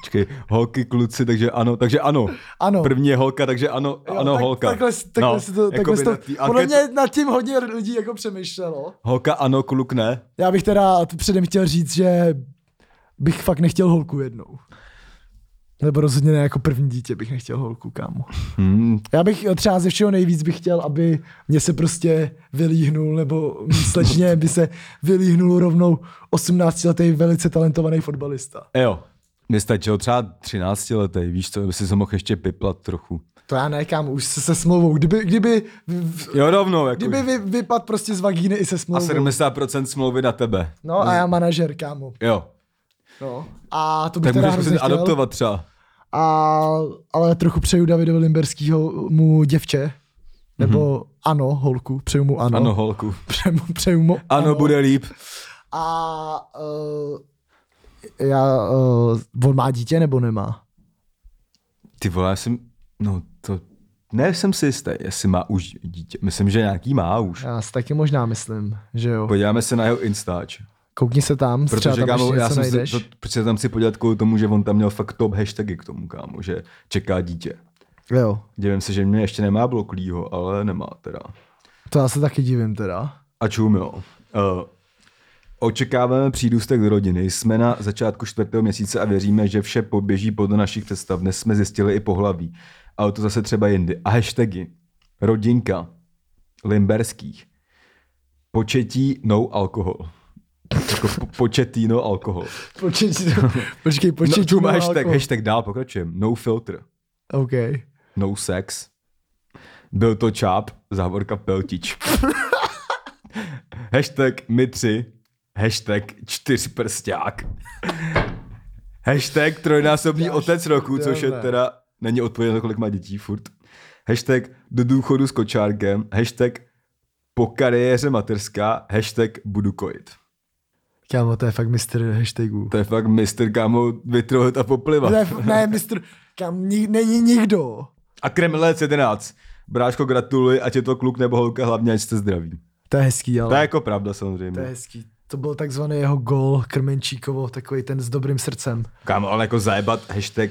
S1: Počkej, holky, kluci, takže ano, takže ano.
S2: Ano.
S1: První je holka, takže ano,
S2: Jo,
S1: ano,
S2: tak,
S1: holka.
S2: Takhle, takhle
S1: no,
S2: si to, takhle
S1: jakoby
S2: si to
S1: na tý
S2: podle
S1: anket-
S2: mě nad tím hodně lidí jako přemýšlelo.
S1: Holka ano, kluk ne.
S2: Já bych teda t- předem chtěl říct, že bych fakt nechtěl holku jednou. Nebo rozhodně ne jako první dítě bych nechtěl holku, kámo.
S1: Hmm,
S2: Já bych jo, třeba ze všeho nejvíc bych chtěl, aby mě se prostě vylíhnul, nebo mý slečně by se vylíhnul rovnou 18-letý velice talentovaný fotbalista.
S1: jo. Mně stačilo třeba 13 letý, víš co, by si se mohl ještě piplat trochu.
S2: To já ne, kámo, už se, se smlouvou. Kdyby, kdyby, v-
S1: Jo, rovnou, jako.
S2: kdyby vy, vypad prostě z vagíny i se
S1: A
S2: smlouvou.
S1: 70% smlouvy na tebe.
S2: No a já manažer, kámo.
S1: Jo.
S2: No. A to bych
S1: Tak
S2: teda
S1: můžeš prostě
S2: hrozně chtěl.
S1: adoptovat třeba.
S2: A, ale trochu přeju Davidovi Limberskýho mu děvče. Nebo mm-hmm. ano, holku, přeju mu ano.
S1: Mhm. Ano, holku.
S2: Přeju, mu- přeju mu
S1: Ano, bude líp.
S2: A uh, já, uh, on má dítě nebo nemá?
S1: Ty vole, já jsem, no to, ne, jsem si jistý, jestli má už dítě. Myslím, že nějaký má už.
S2: Já si taky možná myslím, že jo.
S1: Podíváme se na jeho Instač.
S2: Koukni se tam, protože
S1: Protože
S2: třeba tam
S1: kámo,
S2: ještě
S1: já
S2: něco
S1: jsem
S2: najdeš.
S1: si, to, protože tam si podělat kvůli tomu, že on tam měl fakt top hashtagy k tomu, kámo, že čeká dítě.
S2: Jo,
S1: Divím se, že mě ještě nemá bloklího, ale nemá teda.
S2: to já se taky divím teda.
S1: A čum, jo. Uh, očekáváme přírůstek do rodiny. Jsme na začátku čtvrtého měsíce a věříme, že vše poběží podle našich představ. Dnes jsme zjistili i pohlaví. Ale to zase třeba jindy. A hashtagy. Rodinka. Limberských. Početí no alkohol. Jako po- početí no alkohol.
S2: Počkej, počkej,
S1: No,
S2: počkej.
S1: čum,
S2: no,
S1: hashtag,
S2: jako-
S1: hashtag dál, pokračujem. No filter.
S2: OK.
S1: No sex. Byl to čáp, závorka peltič. Hashtag my tři. Hashtag čtyřprsták. Hashtag trojnásobný otec roku, což je
S2: šílené.
S1: teda, není odpovědno, kolik má dětí furt. Hashtag do důchodu s kočárkem. Hashtag po kariéře materská. Hashtag budu kojit.
S2: Kámo, to je fakt mistr hashtagů.
S1: To je fakt mistr, kámo, vytrohit a poplivat.
S2: Ne, ne mistr, kam ni, není nikdo.
S1: A Kremlec 11. Bráško, gratuluji, ať je to kluk nebo holka, hlavně ať jste zdraví.
S2: To je hezký, ale.
S1: To je jako pravda samozřejmě.
S2: No. To je hezký. To byl takzvaný jeho gol Krmenčíkovo, takový ten s dobrým srdcem.
S1: Kámo, ale jako zajebat hashtag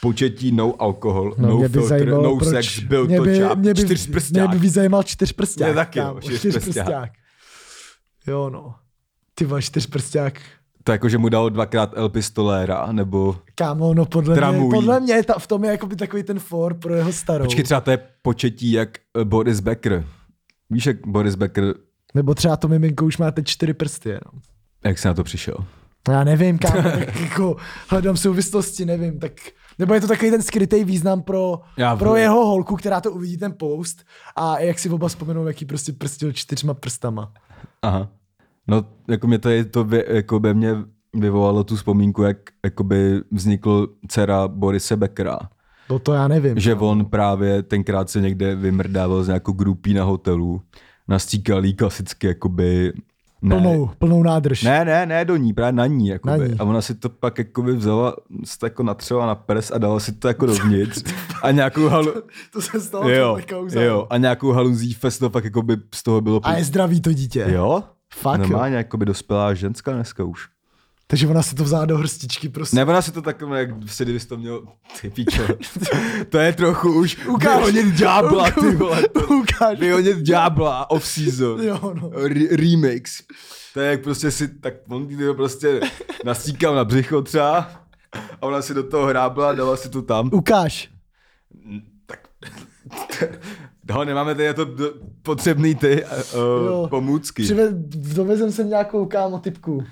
S1: početí no alkohol, no,
S2: No,
S1: no
S2: mě by
S1: filter,
S2: zajímalo,
S1: no
S2: proč.
S1: sex, byl
S2: mě
S1: to
S2: by,
S1: čáp,
S2: mě by,
S1: čtyřprsták.
S2: Mě by zajímal čtyřprsták.
S1: Mě taky, jo,
S2: kámo,
S1: čtyřprsták.
S2: Jo, no. Ty vole, čtyřprsták.
S1: To jako, že mu dal dvakrát El Pistolera, nebo...
S2: Kámo, no podle
S1: Tramují.
S2: mě, podle mě ta, v tom je jakoby takový ten for pro jeho starou.
S1: Počkej, třeba to je početí jak eh, Boris Becker. Víš, jak Boris Becker,
S2: Nebo třeba to miminko už máte čtyři prsty jenom.
S1: jak se na to přišel?
S2: No Já
S1: [laughs]
S2: nevím, kámo, tak jako hledám souvislosti, nevím, tak... Nebo je to takový ten skrytý význam pro,
S1: Já
S2: pro
S1: vím.
S2: jeho holku, která to uvidí ten post a jak si oba vzpomenou, jaký prostě prstil čtyřma prstama.
S1: Aha. No, jako mě to je to, vě- jako by mě vyvolalo tu vzpomínku, jak jakoby vznikl dcera Borise Beckera.
S2: No to já nevím.
S1: Že on právě tenkrát se někde vymrdával z nějakou grupí na hotelu, nastíkal jí klasicky jakoby... Ne,
S2: Plnou, plnou nádrž.
S1: ne, ne, ne, do ní, právě na ní. Jakoby.
S2: Na ní.
S1: A ona si to pak jakoby vzala, si to jako natřela na prs a dala si to jako dovnitř. a nějakou halu...
S2: [laughs] To se stalo
S1: jo,
S2: jo, kauza.
S1: jo, a nějakou haluzí fest to pak jakoby z toho bylo...
S2: A je zdravý to dítě.
S1: Jo?
S2: Fakt, jo.
S1: Normálně, jakoby dospělá ženská dneska už.
S2: Takže ona si to vzala do hrstičky prostě.
S1: Ne, ona si to takhle, jak si kdybys to měl, ty
S2: [laughs]
S1: píčo, to je trochu už
S2: Ukáž.
S1: vyhonit ďábla,
S2: Ukáž.
S1: ty vole.
S2: [laughs] Ukáž.
S1: Vyhonit ďábla off-season.
S2: Jo, no.
S1: Re- remix. To je jak prostě si, tak on jí to prostě nastíkal na břicho třeba a ona si do toho hrábla a dala si to tam.
S2: Ukáž.
S1: No, nemáme tady na to d- potřebný ty uh,
S2: Jo.
S1: pomůcky.
S2: Přive, dovezem sem nějakou kámo typku.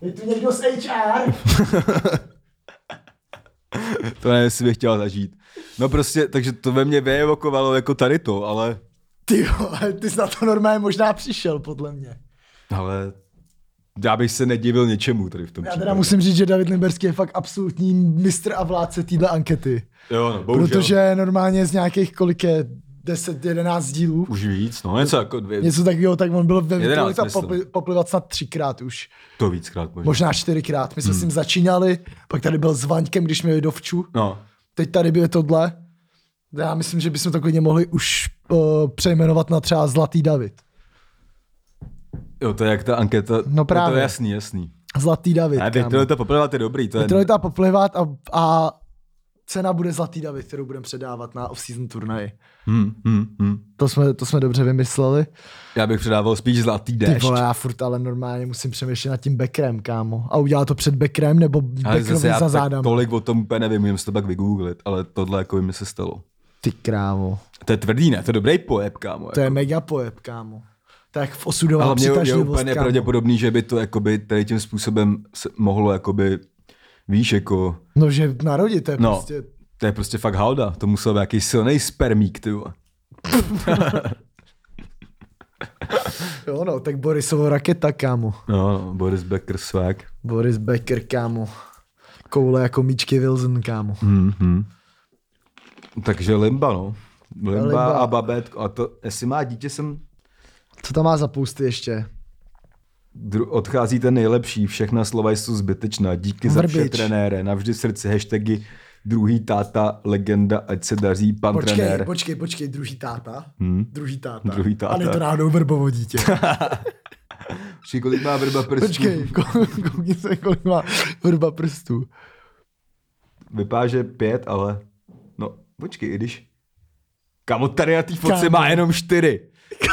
S2: Je tu někdo z HR?
S1: To nevím, jestli bych chtěl zažít. No prostě, takže to ve mně vyevokovalo jako tady to, ale,
S2: [laughs] Ty vole, ty jsi na to normálně možná přišel, podle mě.
S1: ale já bych se nedivil něčemu tady v tom
S2: Já teda
S1: případě.
S2: musím říct, že David Limberský je fakt absolutní mistr a vládce téhle ankety.
S1: Jo, no, bohužel.
S2: Protože normálně z nějakých kolik je 10, 11 dílů,
S1: Už víc, no něco jako dvě,
S2: něco takového, tak on byl ve
S1: 11,
S2: Vitolita
S1: myslím.
S2: popli- poplivat snad třikrát už.
S1: to víckrát možná.
S2: Možná čtyřikrát. My jsme s ním začínali, pak tady byl s Vaňkem, když měli dovču.
S1: No,
S2: Teď tady byl tohle. Já myslím, že bychom to klidně mohli už uh, přejmenovat na třeba Zlatý David.
S1: jo, to je jak ta anketa, no
S2: právě.
S1: to je jasný, jasný.
S2: Zlatý David.
S1: A teď tohle to poprvé, to je dobrý, to je,
S2: Detroita poplivat a, a cena bude Zlatý David, kterou budeme předávat na off-season turnaji.
S1: hm, hm, hm.
S2: To jsme, to jsme dobře vymysleli.
S1: Já bych předával spíš zlatý
S2: Ty
S1: déšť.
S2: vole, já furt ale normálně musím přemýšlet nad tím backrem, kámo. A udělat to před backrem nebo
S1: ale zase
S2: backrovi
S1: já
S2: za
S1: tak
S2: zádama.
S1: tolik o tom úplně nevím, můžeme si to pak vygooglit, ale tohle jako by mi se stalo.
S2: Ty krávo.
S1: To je tvrdý, ne? To je dobrý pojeb, kámo.
S2: To
S1: jako.
S2: je mega pojeb, kámo. Tak v osudová
S1: Ale mě je
S2: přitažlivost,
S1: úplně nepravděpodobný, že by to jakoby tady tím způsobem se mohlo jakoby, víš, jako,
S2: No, že narodit, to je
S1: no,
S2: no. prostě...
S1: to je prostě fakt halda, to musel být nějaký silný spermík, ty vole.
S2: Jo, no, tak Borisovo raketa, kámo.
S1: No, no, Boris Becker swag.
S2: Boris Becker, kámo. Koule jako míčky Wilson, kámo.
S1: Mm-hmm. Takže Limba, no. Limba,
S2: Limba.
S1: a babetko. A to, jestli má dítě, jsem
S2: Co tam má za pusty ještě?
S1: dru- odchází ten nejlepší, všechna slova jsou zbytečná. Díky za vše,
S2: Vrbič.
S1: trenére. Navždy v srdci hashtagy druhý táta, legenda, ať se daří, pan
S2: Počkej,
S1: trenér.
S2: počkej, počkej, druhý táta.
S1: Hmm.
S2: Druhý táta.
S1: Druhý táta.
S2: A není to náhodou
S1: [laughs]
S2: vrbovo dítě.
S1: Počkej, kolik má vrba prstů?
S2: Počkej, ko- koukni se, kolik má vrba prstů.
S1: Vypáže pět, ale... No, počkej, i když... Kamo, tady na té fotce
S2: Kámo.
S1: má jenom čtyři.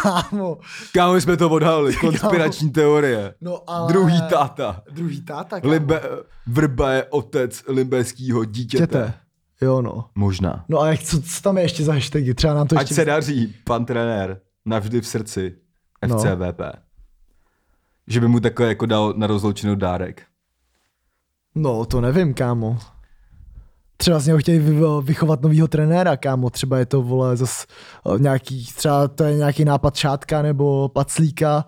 S2: Kámo.
S1: Kámo, my jsme to
S2: [laughs]
S1: odhalili. Konspirační teorie.
S2: No ale...
S1: Druhý táta.
S2: Druhý táta, kámo.
S1: Limbe, vrba je otec limberskýho dítěte.
S2: Čete. Jo, no.
S1: Možná.
S2: No a jak, co, co tam je ještě za hashtagy? Třeba nám to
S1: Ať
S2: ještě...
S1: se daří, pan trenér, navždy v srdci,
S2: No.
S1: FCVP. Že by mu takhle jako dal na rozloučenou dárek.
S2: No, to nevím, kámo. Třeba z něho chtějí vy- eh, vychovat novýho trenéra, kámo. Třeba je to, vole, zas eh, nějaký, třeba to je nějaký nápad šátka nebo paclíka.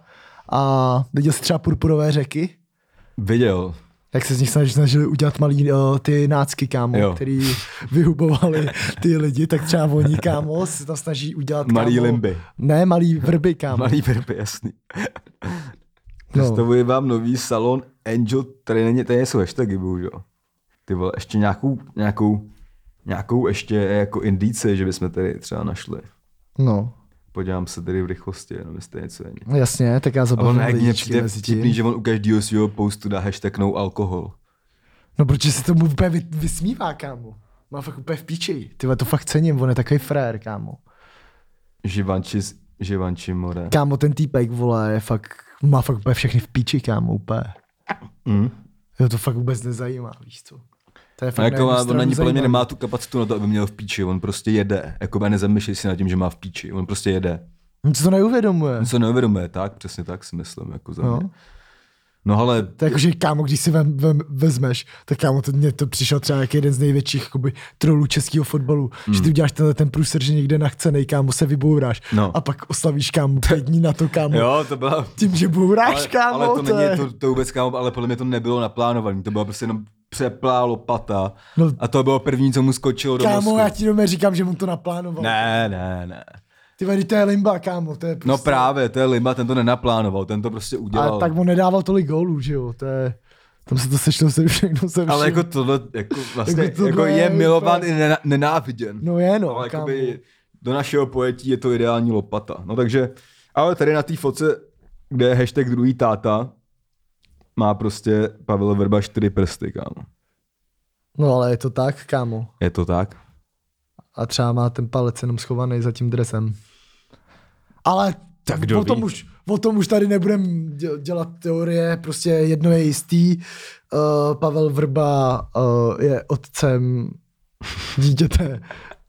S2: A viděl jsi třeba purpurové řeky?
S1: Viděl.
S2: Jak se z nich snažili, snažili udělat malý uh, ty nácky, kámo,
S1: Jo.
S2: jo. který vyhubovali ty lidi, tak třeba oni, kámo, se tam snaží udělat,
S1: Malý
S2: kámo,
S1: limby.
S2: Ne, malý vrby, kámo.
S1: Malý vrby, jasný.
S2: no.
S1: Představuji vám nový salon Angel Training, tady jsou hashtagy, bohužel. Ty vole, ještě nějakou, nějakou, nějakou ještě jako indicie, že bychom tady třeba našli.
S2: no,
S1: Podívám se tady v rychlosti, jenom jestli něco je.
S2: no, jasně, tak já
S1: A on
S2: zabavím
S1: jak mě
S2: lidičky
S1: přijde
S2: mezi tím.
S1: vtipný, že on u každého svého postu dá hashtag no alkohol.
S2: No, protože se tomu úplně vy, vysmívá, kámo. Má fakt úplně v píči. Ty vole, to fakt cením, on je takový frér, kámo.
S1: Živanči, z- živanči more.
S2: Kámo, ten týpek, vole, je fakt, má fakt úplně všechny v píči, kámo, úplně.
S1: Mm.
S2: Jo, to fakt vůbec nezajímá, víš co. To je fakt
S1: No, jako
S2: na jednu
S1: má, on
S2: stranu
S1: ani podle mě
S2: zajímavý.
S1: nemá tu kapacitu na to, aby měl v píči, on prostě jede. Jako já nezamýšlej si nad tím, že má v píči, on prostě jede.
S2: On se to neuvědomuje.
S1: On se neuvědomuje, tak, přesně tak si myslím, jako za
S2: No.
S1: mě. No ale
S2: To je jako, že kámo, když si vem, vem, vezmeš, tak kámo, to mě to přišel třeba jako jeden z největších jakoby, trolů českého fotbalu, mm. že ty uděláš tenhle ten průser, že někde nachcenej, kámo, se vybouráš
S1: No.
S2: a pak oslavíš kámo pět dní na to, kámo,
S1: jo, to byla...
S2: tím, že bouráš,
S1: Ale,
S2: kámo,
S1: ale to,
S2: to,
S1: není,
S2: je...
S1: to, to vůbec kámo, ale podle mě to nebylo naplánované, to bylo prostě jenom přeplálo pata
S2: No.
S1: no, a to bylo první, co mu skočilo do
S2: Kámo,
S1: mozku.
S2: já ti doma říkám, že mu to naplánoval.
S1: Ne, ne, ne.
S2: Ty vady, to je limba, kámo, to je prostě...
S1: No právě, to je Lima, ten to nenaplánoval, ten to prostě
S2: Ale
S1: udělal.
S2: tak mu nedával tolik gólů, že jo, to je... Tam se to sešlo, se všechno se
S1: ale jako tohle,
S2: [laughs]
S1: jako vlastně,
S2: Jako
S1: jako,
S2: tohle
S1: jako
S2: je
S1: je milován
S2: úplně-
S1: i nena- nenáviděn.
S2: No je, no,
S1: ale jako
S2: kámo.
S1: jakoby do našeho pojetí je to ideální lopata. No takže, ale tady na té fotce, kde je hashtag druhý táta, má prostě Pavel Verba čtyři prsty, kámo.
S2: No ale je to tak, kámo.
S1: Je to tak?
S2: a třeba má ten palec jenom schovaný za tím dresem. Ale
S1: Tak kdo
S2: o, tom
S1: ví?
S2: už, o tom už tady nebudem dě- dělat teorie, prostě jedno je jistý. Uh, Pavel Vrba uh, je otcem dítěte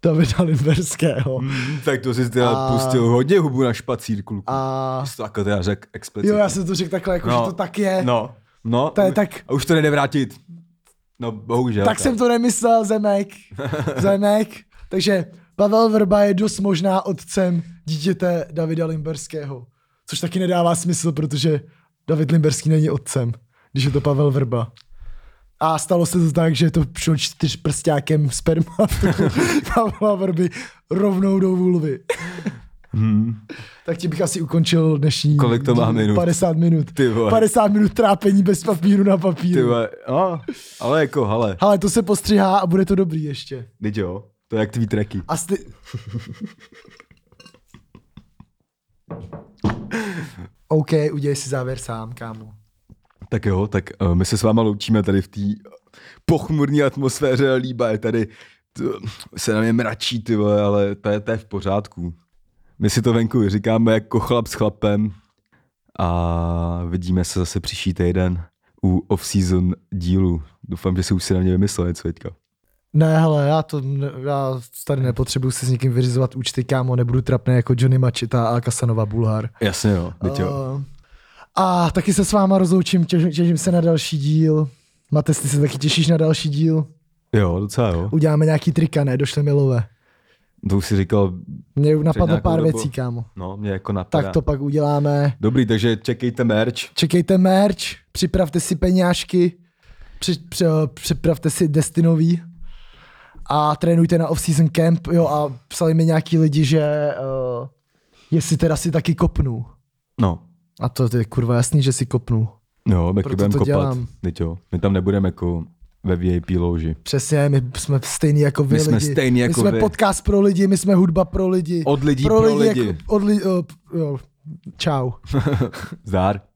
S2: Davida
S1: [laughs]
S2: Limberského.
S1: Hmm. Tak to si teda
S2: A-
S1: a... pustil hodně hubu na špacír, kluku. A...
S2: A
S1: Jsi to jako teda řekl explicitně.
S2: jo, já jsem to řekl takhle, jako, no, že to tak je. No,
S1: No, no.
S2: To je tak-
S1: A už to nejde vrátit. No, bohužel.
S2: tak jsem to
S1: [laughs]
S2: nemyslel, Zemek. Zemek. Takže Pavel Vrba je dost možná otcem dítěte Davida Limberského. Což taky nedává smysl, protože David Limberský není otcem, když je to Pavel Vrba. A stalo se to tak, že to šlo čtyřprstákem sperma
S1: [laughs]
S2: Pavla Vrby rovnou do vulvy. tak ti bych asi ukončil dnešní
S1: Hmm. Kolik to má
S2: díl.
S1: minut?
S2: 50 minut.
S1: Ty vole.
S2: 50 minut trápení bez papíru na papíru.
S1: Ty vole, no, ale jako, hele,
S2: Ale to se postřihá a bude to dobrý ještě.
S1: teď jo, to je jak tvý tracky.
S2: A sty... OK, udělej si závěr sám, kámo.
S1: Tak jo, tak eh, my se s váma loučíme tady v té pochmurné atmosféře líba je tady, t- se na mě mračí, ty vole, ale to je, to je v pořádku. My si to venku říkáme jako chlap s chlapem a vidíme se zase příští týden u off-season dílu. Doufám, že si už si na mě vymyslel něco teďka.
S2: Ne, hele, já to, ne- já tady nepotřebuju se s nikým vyřizovat účty, kámo, nebudu trapný jako Johnny Machita a Kasanova Bulhar.
S1: Jasně jo, teď jo.
S2: A, a taky se s váma rozloučím, těž, těším se na další díl. Mate, ty se taky těšíš na další díl?
S1: Jo, docela jo.
S2: Uděláme nějaký trika, ne? Došli mi love.
S1: To už si říkal,
S2: Mně napadlo
S1: nějakou
S2: pár
S1: dobu.
S2: věcí, kámo.
S1: no, mě jako napadá.
S2: Tak to pak uděláme.
S1: Dobrý, takže čekejte merch.
S2: Čekejte merch, připravte si peňážky, při, při, připravte si destinový a trénujte na off-season camp. Jo, a psali mi nějaký lidi, že uh, jestli teda si taky kopnu.
S1: No,
S2: A to je kurva jasný, že si kopnu.
S1: Jo, my
S2: Proto
S1: No, budeme
S2: to
S1: kopat.
S2: dělám.
S1: Dělám. Teď jo. My tam nebudeme jako ve VIP louži.
S2: Přesně, my jsme stejný jako vy
S1: My jsme
S2: lidi.
S1: stejný jako
S2: my jsme
S1: vy.
S2: podcast pro lidi, my jsme hudba pro lidi.
S1: Od lidí pro lidi.
S2: Jako, od li, uh, jo, eh, čau.
S1: Zdár.